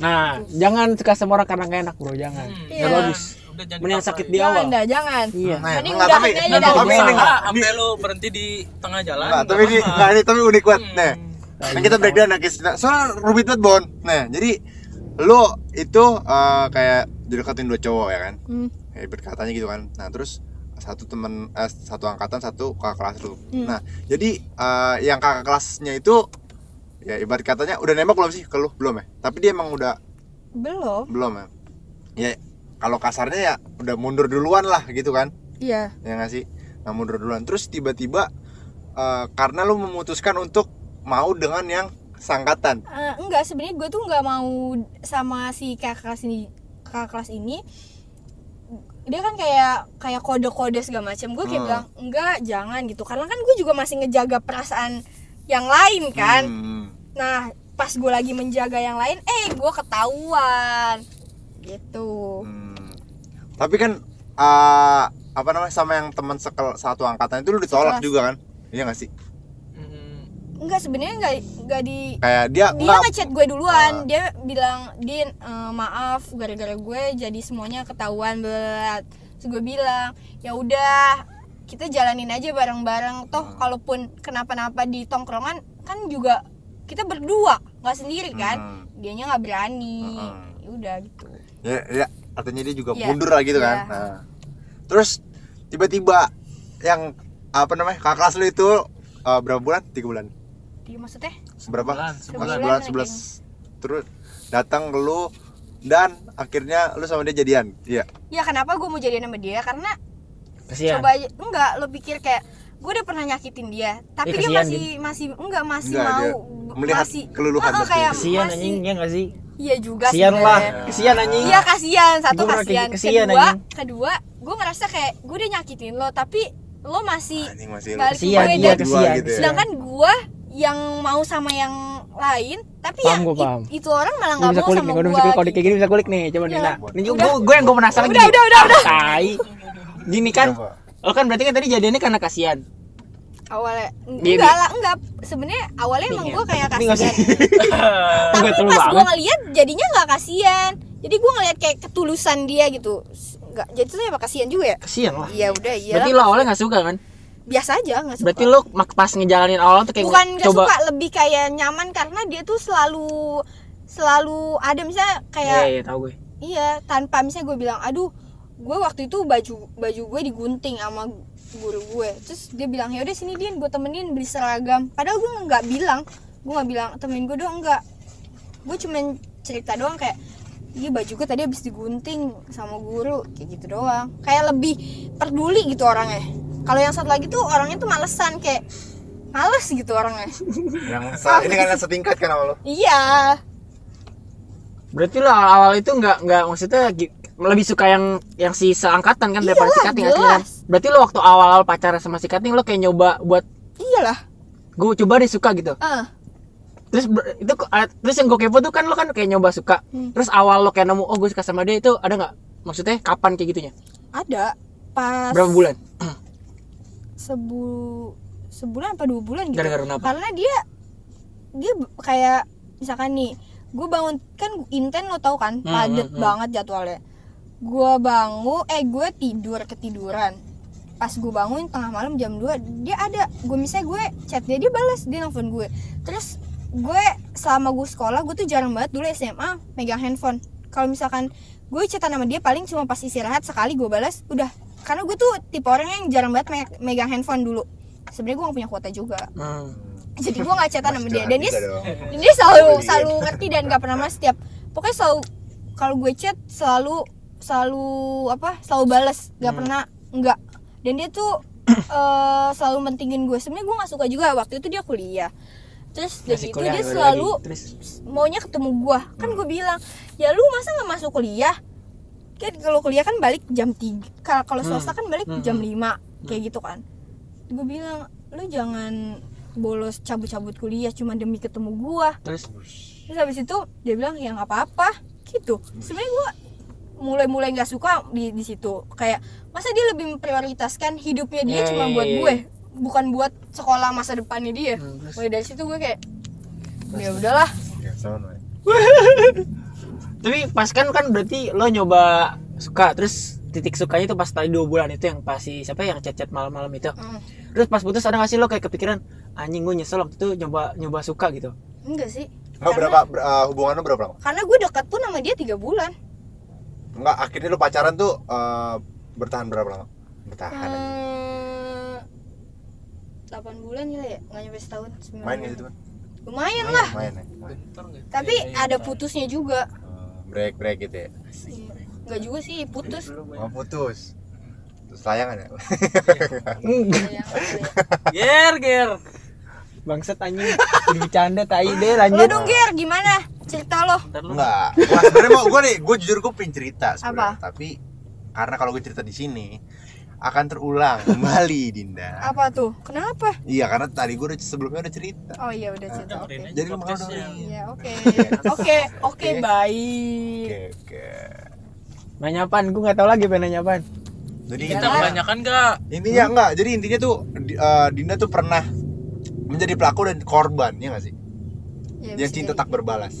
Nah, jangan suka sama orang karena gak enak, Bro. Jangan.
Iya.
Nggak bagus.
Udah jangan
Mending yang sakit di
jangan
awal.
dah jangan
Iya.
Nah,
Mending
enggak,
udahan
tapi
aja
tapi
dah.
tapi ini enggak.
sampai lu berhenti di tengah jalan.
Nah,
nggak
tapi ini,
apa-apa.
nah, ini tapi unik banget. Nah,
Hmm.
nah kita breakdown nah, kisah- soalnya rumit banget Bon. Nah, jadi lu itu eh, kayak dideketin dua cowok ya kan?
Hmm.
Ya, berkatanya gitu kan. Nah, terus satu temen eh, satu angkatan satu kakak kelas lu. Nah, jadi eh, yang kakak kelasnya itu ya ibarat katanya udah nembak belum sih ke lu? Belum ya? Tapi dia emang udah
belum
belum ya? Ya kalau kasarnya ya udah mundur duluan lah gitu kan
iya
ya nggak sih nah mundur duluan terus tiba-tiba eh, karena lu memutuskan untuk mau dengan yang sangkatan
Eh, enggak sebenarnya gue tuh nggak mau sama si kakak kelas ini kakak kelas ini dia kan kayak kayak kode-kode segala macam gue kayak
Hmm.
bilang enggak jangan gitu karena kan gue juga masih ngejaga perasaan yang lain kan
Hmm.
nah pas gue lagi menjaga yang lain eh gue ketahuan gitu
Hmm. tapi kan eh, apa namanya sama yang teman sekel satu angkatan itu lu ditolak
Sekelas.
juga kan iya nggak sih
Hmm.
enggak sebenarnya enggak enggak di
kayak dia
dia
nggak
ngechat gue
Ah.
duluan dia bilang din eh, maaf gara-gara gue jadi semuanya ketahuan berat terus gue bilang ya udah kita jalanin aja bareng-bareng
Ah.
toh kalaupun kenapa-napa di tongkrongan kan juga kita berdua nggak sendiri
Ah.
kan dianya nggak berani
Mm-mm.
ya udah gitu
ya, ya artinya dia juga
Iya.
mundur lah gitu kan
Iya.
nah. terus tiba-tiba yang apa namanya kakak kelas lu itu eh, berapa bulan tiga bulan
Iya, maksudnya
berapa
Sebulan,
sebulan
sebulan.
sebulan, sebelas terus datang lu dan akhirnya lu sama dia jadian iya
ya kenapa gue mau jadian sama dia karena
Kasihan.
coba aja enggak lo pikir kayak gue udah pernah nyakitin dia tapi dia
Iya, kasihan,
masih masih enggak masih
Enggak,
mau
dia melihat keluluhan
Heeh,
berarti.
kayak
Kasihan
masih-
anjing, ya enggak sih?
iya juga
Kasihan lah.
sebenarnya.
Kasihan anjing.
iya kasihan satu
Gua ngerti,
kasihan
kasihan,
kedua
anjing.
kedua gue ngerasa kayak gue udah nyakitin lo tapi lo masih
anjing Nah, Ah, masih lu
Balik
Kasihan
Gue
dia,
dan-
kasihan.
Gitu ya.
iya, sedangkan gue yang mau sama yang lain tapi
Paham,
ya
gua
it-
paham.
itu orang malah
Gua
nggak
bisa kulik
mau sama
nih,
gue
kalau gitu. bisa kulik kode kayak gini bisa kulik nih, coba nih.
Iya.
Nah, ini gue gue yang gue penasaran
udah
gini.
udah udah udah
Tai. Gini kan,
Coba.
lo kan berarti kan tadi jadiannya karena kasihan.
awalnya
Gini.
enggak lah enggak sebenarnya awalnya emang
Nih,
gue kayak
Ini enggak Iya. sih.
kasihan
Gua
tapi
telu
pas gue
banget.
ngeliat jadinya nggak kasihan jadi gue ngeliat kayak ketulusan dia gitu nggak jadi tuh emang kasihan juga ya
Kasihan lah.
iya udah iya
Ah. Berarti lo awalnya gak suka kan?
biasa aja nggak suka
Berarti lo mak- pas ngejalanin awal tuh kayak
bukan nggak
coba
suka lebih kayak nyaman karena dia tuh selalu selalu ada misalnya
Iya,
kayak
iya, tahu gue.
iya tanpa misalnya gue bilang aduh gue waktu itu baju baju gue digunting sama guru gue terus dia bilang ya udah sini din gue temenin beli seragam padahal gue nggak bilang gue nggak bilang temenin gue doang nggak gue cuman cerita doang kayak iya baju gue tadi habis digunting sama guru kayak gitu doang kayak lebih peduli gitu orangnya kalau yang satu lagi tuh orangnya tuh malesan kayak males gitu orangnya
yang [LAUGHS] sa- ini kan yang setingkat kan sama lu
iya
Berarti lo awal itu nggak nggak maksudnya gi- lebih suka yang yang si seangkatan kan daripada si
Iyalah,
Kating akhirnya kan?
Iya jelas.
Berarti lo waktu awal-awal pacaran sama si Kating lo kayak nyoba buat
iyalah
gue coba deh suka gitu.
ah
Terus ber- itu eh,
ah,
terus yang gue kepo tuh kan lo kan kayak nyoba suka.
Hmm.
Terus awal lo kayak nemu oh gue suka sama dia itu ada nggak? Maksudnya kapan kayak gitunya?
ada pas gitu.
Berapa bulan?
sebu sebulan apa dua bulan gitu
Gara-gara kenapa?
karena dia dia b- kayak misalkan nih gue bangun kan inten lo tau kan padet banget jadwalnya gue bangun eh gue tidur ketiduran pas gue bangun tengah malam jam 2 dia ada gue misalnya gue chat dia dia balas dia nelfon gue terus gue selama gue sekolah gue tuh jarang banget dulu SMA megang handphone kalau misalkan gue chatan sama dia paling cuma pas istirahat sekali gue balas udah karena gue tuh tipe orang yang jarang banget me- megang handphone dulu sebenarnya gue gak punya kuota juga
Hmm,
jadi gue gak chatan sama dia dan dia
Bisa dong.
dan dia
Oh, iya.
selalu
Beliin.
selalu ngerti dan gak pernah mas setiap pokoknya selalu kalau gue chat selalu selalu apa selalu balas
Hmm.
gak pernah enggak dan dia
[COUGHS]
tuh eh, selalu mentingin gue sebenarnya gue gak suka juga waktu itu dia kuliah terus dari
Masih
itu
kuliah
dia
baru
selalu
lagi. Terus,
maunya ketemu gua kan gue bilang ya lu masa nggak masuk kuliah kan kalau kuliah kan balik jam 3 Ka- kalau
Hmm.
swasta kan balik jam 5 kayak gitu kan gue bilang lu jangan bolos cabut-cabut kuliah cuma demi ketemu gua
terus
terus habis itu dia bilang ya nggak apa-apa gitu sebenarnya gua mulai-mulai nggak suka di di situ kayak masa dia lebih memprioritaskan hidupnya dia
Iya,
cuma
iya,
buat
iya, Hmm,
gue bukan buat sekolah masa depannya dia mulai dari situ gue kayak ya udahlah
Ya, sama.
tapi pas kan kan berarti lo nyoba suka terus titik sukanya itu pas tadi dua bulan itu yang pasti siapa yang chat chat malam malam itu
Mm.
terus pas putus ada nggak sih lo kayak kepikiran anjing gue nyesel waktu itu nyoba nyoba suka
[LAUGHS]
gitu
enggak sih
Oh,
Karena-
berapa ber- eh, hubungan lu berapa lama?
karena gue deket pun sama dia tiga bulan
Enggak, akhirnya lu pacaran tuh eh, bertahan berapa lama? Bertahan aja.
Hmm, 8 bulan gila ya nggak nyampe setahun sembilan
Main
bulan.
gitu kan?
lumayan
Main,
lah
main ya. Main.
tapi
Iya,
ada putusnya juga
Eh, break break gitu ya.
nggak juga sih
[LAUGHS]
putus
Mau putus. Terus layangan ya.
Sayang, sayang.
Ger, ger.
Bangsat anjing. Bercanda tai deh lanjut.
lo dong Ger gimana cerita lo
Ntar lu.
Enggak. Wah, sebenarnya mau gue nih, gue jujur gue pengen cerita sebenarnya, tapi karena kalau gue cerita di sini akan terulang kembali Dinda.
apa tuh kenapa
Iya, karena tadi gue udah sebelumnya udah cerita.
oh iya udah cerita oke
Dengerin aja
Jadi lu mau
podcastnya.
dengerin.
Iya
[LAUGHS]
oke oke oke baik
Oke, oke.
Nanya apaan? Gue enggak tahu lagi pengen nanya apaan.
Jadi
Kita
intinya-
kebanyakan enggak?
intinya enggak. Jadi intinya tuh di- eh, Dinda tuh pernah menjadi pelaku dan korban, ya nggak sih?
Ya,
Yang
bisa
cinta
jadi.
tak berbalas.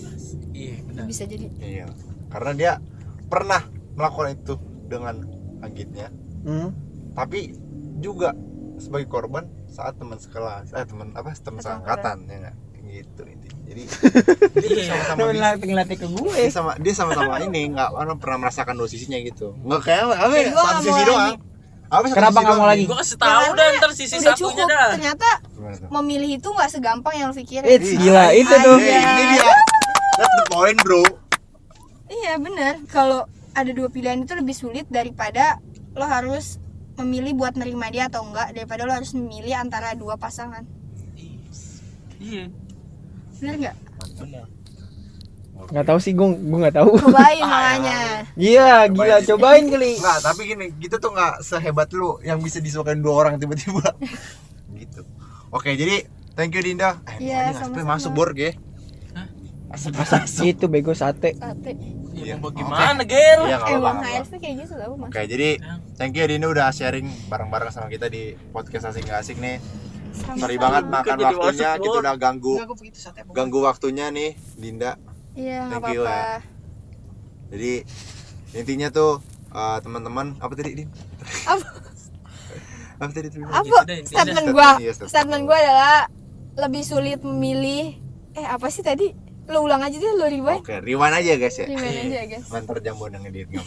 Iya, benar.
bisa jadi
Iya. Karena dia pernah melakukan itu dengan anggitnya,
Hmm.
tapi juga sebagai korban saat teman sekelas, eh teman apa? teman
Teman
seangkatan ya nggak? Gitu intinya.
[LAUGHS]
Jadi dia
Lu
sama-sama di-
ngelatih ke gue.
dia sama dia
[LAUGHS]
sama-sama ini nggak orang pernah merasakan dosisnya gitu. Nggak kayak apa ya?
Jadi gua
Satu
nggak
sisi
mau
doang. Apa satu
Kenapa
sisi
nggak mau
doang?
lagi?
Gua kasih tahu
Karena
dah ntar sisi
udah
satunya
cukup
dah.
ternyata
Gimana tuh?
memilih itu nggak segampang yang lo pikirin
It's gila itu tuh.
Anjay.
Hey, ini dia. That's the point, bro.
Iya benar. Kalau ada dua pilihan itu lebih sulit daripada lo harus memilih buat nerima dia atau enggak daripada lo harus memilih antara dua pasangan.
Iya,
Bener
[LAUGHS]
nggak?
benar.
Enggak tahu sih gue gue enggak tahu. [LAUGHS]
Cobain makanya.
Iya, gila cobain
[LAUGHS]
kali.
Nggak, tapi gini, kita tuh nggak sehebat lu yang bisa disukain dua orang
[LAUGHS]
tiba-tiba. gitu. Oke, jadi thank you Dinda. Eh, ini
Iya,
aspek
sama-sama.
masuk ya? bor, ge. Asap asap. asap.
Itu bego sate.
Sate.
Iya,
Iya.
mau bagaimana, ger?
Iya, nggak
Emang
apa-apa. nggak
HRV
apa-apa.
kayak gitu tau mas.
Oke, jadi
Nah.
thank you Dinda udah sharing bareng-bareng sama kita di podcast asik nggak asik nih. Sorry banget
Jadi
makan
masuk
waktunya,
bor.
kita udah ganggu ganggu waktunya nih Dinda.
Iya nggak
Thank you, ya.
apa-apa.
Jadi intinya tuh eh, teman-teman apa tadi Din?
Apa?
[LAUGHS] apa tadi tadi?
Apa
Udah, intinya
statement
statement-
gua?
iya, statement
Statement gua adalah lebih sulit memilih. Eh apa sih tadi? Lo ulang aja deh lo rewind.
Oke, rewind aja guys ya.
Rewind aja guys.
Mantar jambon dengan Dinda.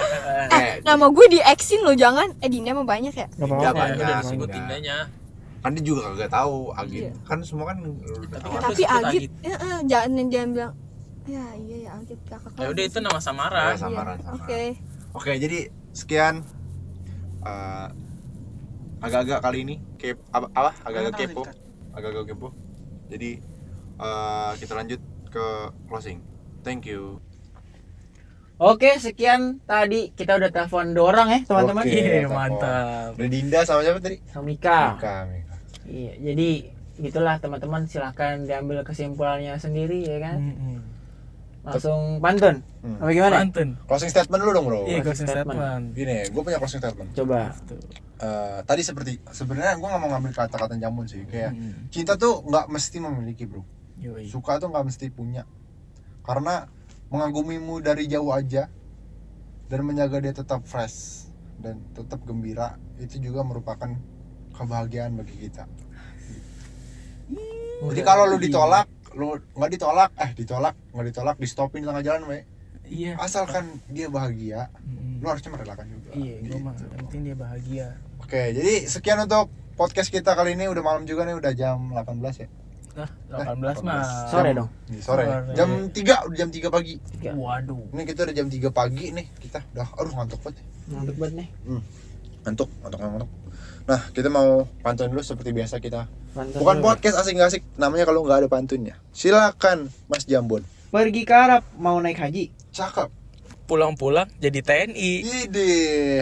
[LAUGHS]
Eh nama gue di exin lo jangan. Eh Dinda mah banyak ya.
Enggak
Nggak
apa-apa.
apa-apa.
Udah disebut
Enggak.
tindanya.
kan dia juga kagak tahu Agit
Iya.
kan semua kan lu
Tapi
tahu.
kan-
tapi
Terus ikut
Agit, eh, eh, jangan jangan bilang ya iya ya Agit kakak
Ya udah itu nama
Iya,
samaran.
Iya,
samaran
oke
samaran. oke jadi sekian eh, agak-agak kali ini ke apa, apa? agak-agak kepo agak-agak kepo jadi eh, kita lanjut ke closing thank you
Oke, sekian tadi kita udah telepon dua orang ya, teman-teman.
Oke.
Iya, mantap. Ah.
dari Dinda sama siapa tadi
Sama Mika.
kami
Iya,
Hmm.
jadi gitulah teman-teman silahkan diambil kesimpulannya sendiri ya kan. langsung pantun
Hmm.
apa gimana
Pantun.
Closing statement lu dong bro.
Iya,
closing
closing
statement.
statement.
Gini, gue punya closing statement.
coba
Eh, tadi seperti sebenarnya gue nggak mau ngambil kata-kata nyamun sih kayak
Hmm.
cinta tuh nggak mesti memiliki bro
Yoi.
suka tuh nggak mesti punya karena mengagumimu dari jauh aja dan menjaga dia tetap fresh dan tetap gembira itu juga merupakan kebahagiaan bagi kita
Oh, iya,
jadi kalau lu ditolak lu nggak ditolak eh ditolak nggak ditolak di stopin di tengah jalan we
Iya.
asalkan dia bahagia
Mm-mm.
lu harusnya merelakan juga
Hmm. Iya, gue mah
Gitu.
yang penting dia bahagia.
oke jadi sekian untuk podcast kita kali ini udah malam juga nih udah jam 18 ya
Nah, 18 mah.
sore dong
Ini sore ya?
Sore.
jam 3 udah jam 3 pagi
Waduh.
ini kita udah jam 3 pagi nih kita udah aduh ngantuk banget Hmm.
ngantuk banget nih
ngantuk ngantuk ngantuk nah kita mau pantun dulu seperti biasa kita
pantun
bukan
dulu.
podcast asing asik namanya kalau nggak ada pantunnya silakan Mas Jambon
pergi ke Arab mau naik haji
cakep
Pulang-pulang jadi TNI.
ide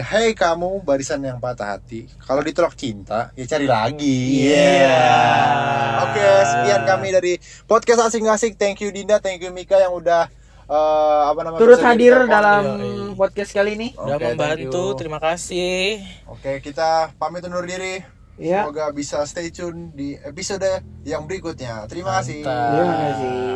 hei kamu barisan yang patah hati kalau ditolak cinta ya cari lagi
Iya.
oke sekian kami dari podcast asing asik thank you Dinda thank you Mika yang udah eh, apa namanya
turut
bisa
hadir
ditelepon.
dalam
Yoi.
podcast kali ini
Oke,
Udah
thank
membantu,
you.
terima kasih.
Oke, kita pamit undur diri.
ya
Semoga bisa stay tune di episode yang berikutnya. Terima kasih.
Mantap.
terima kasih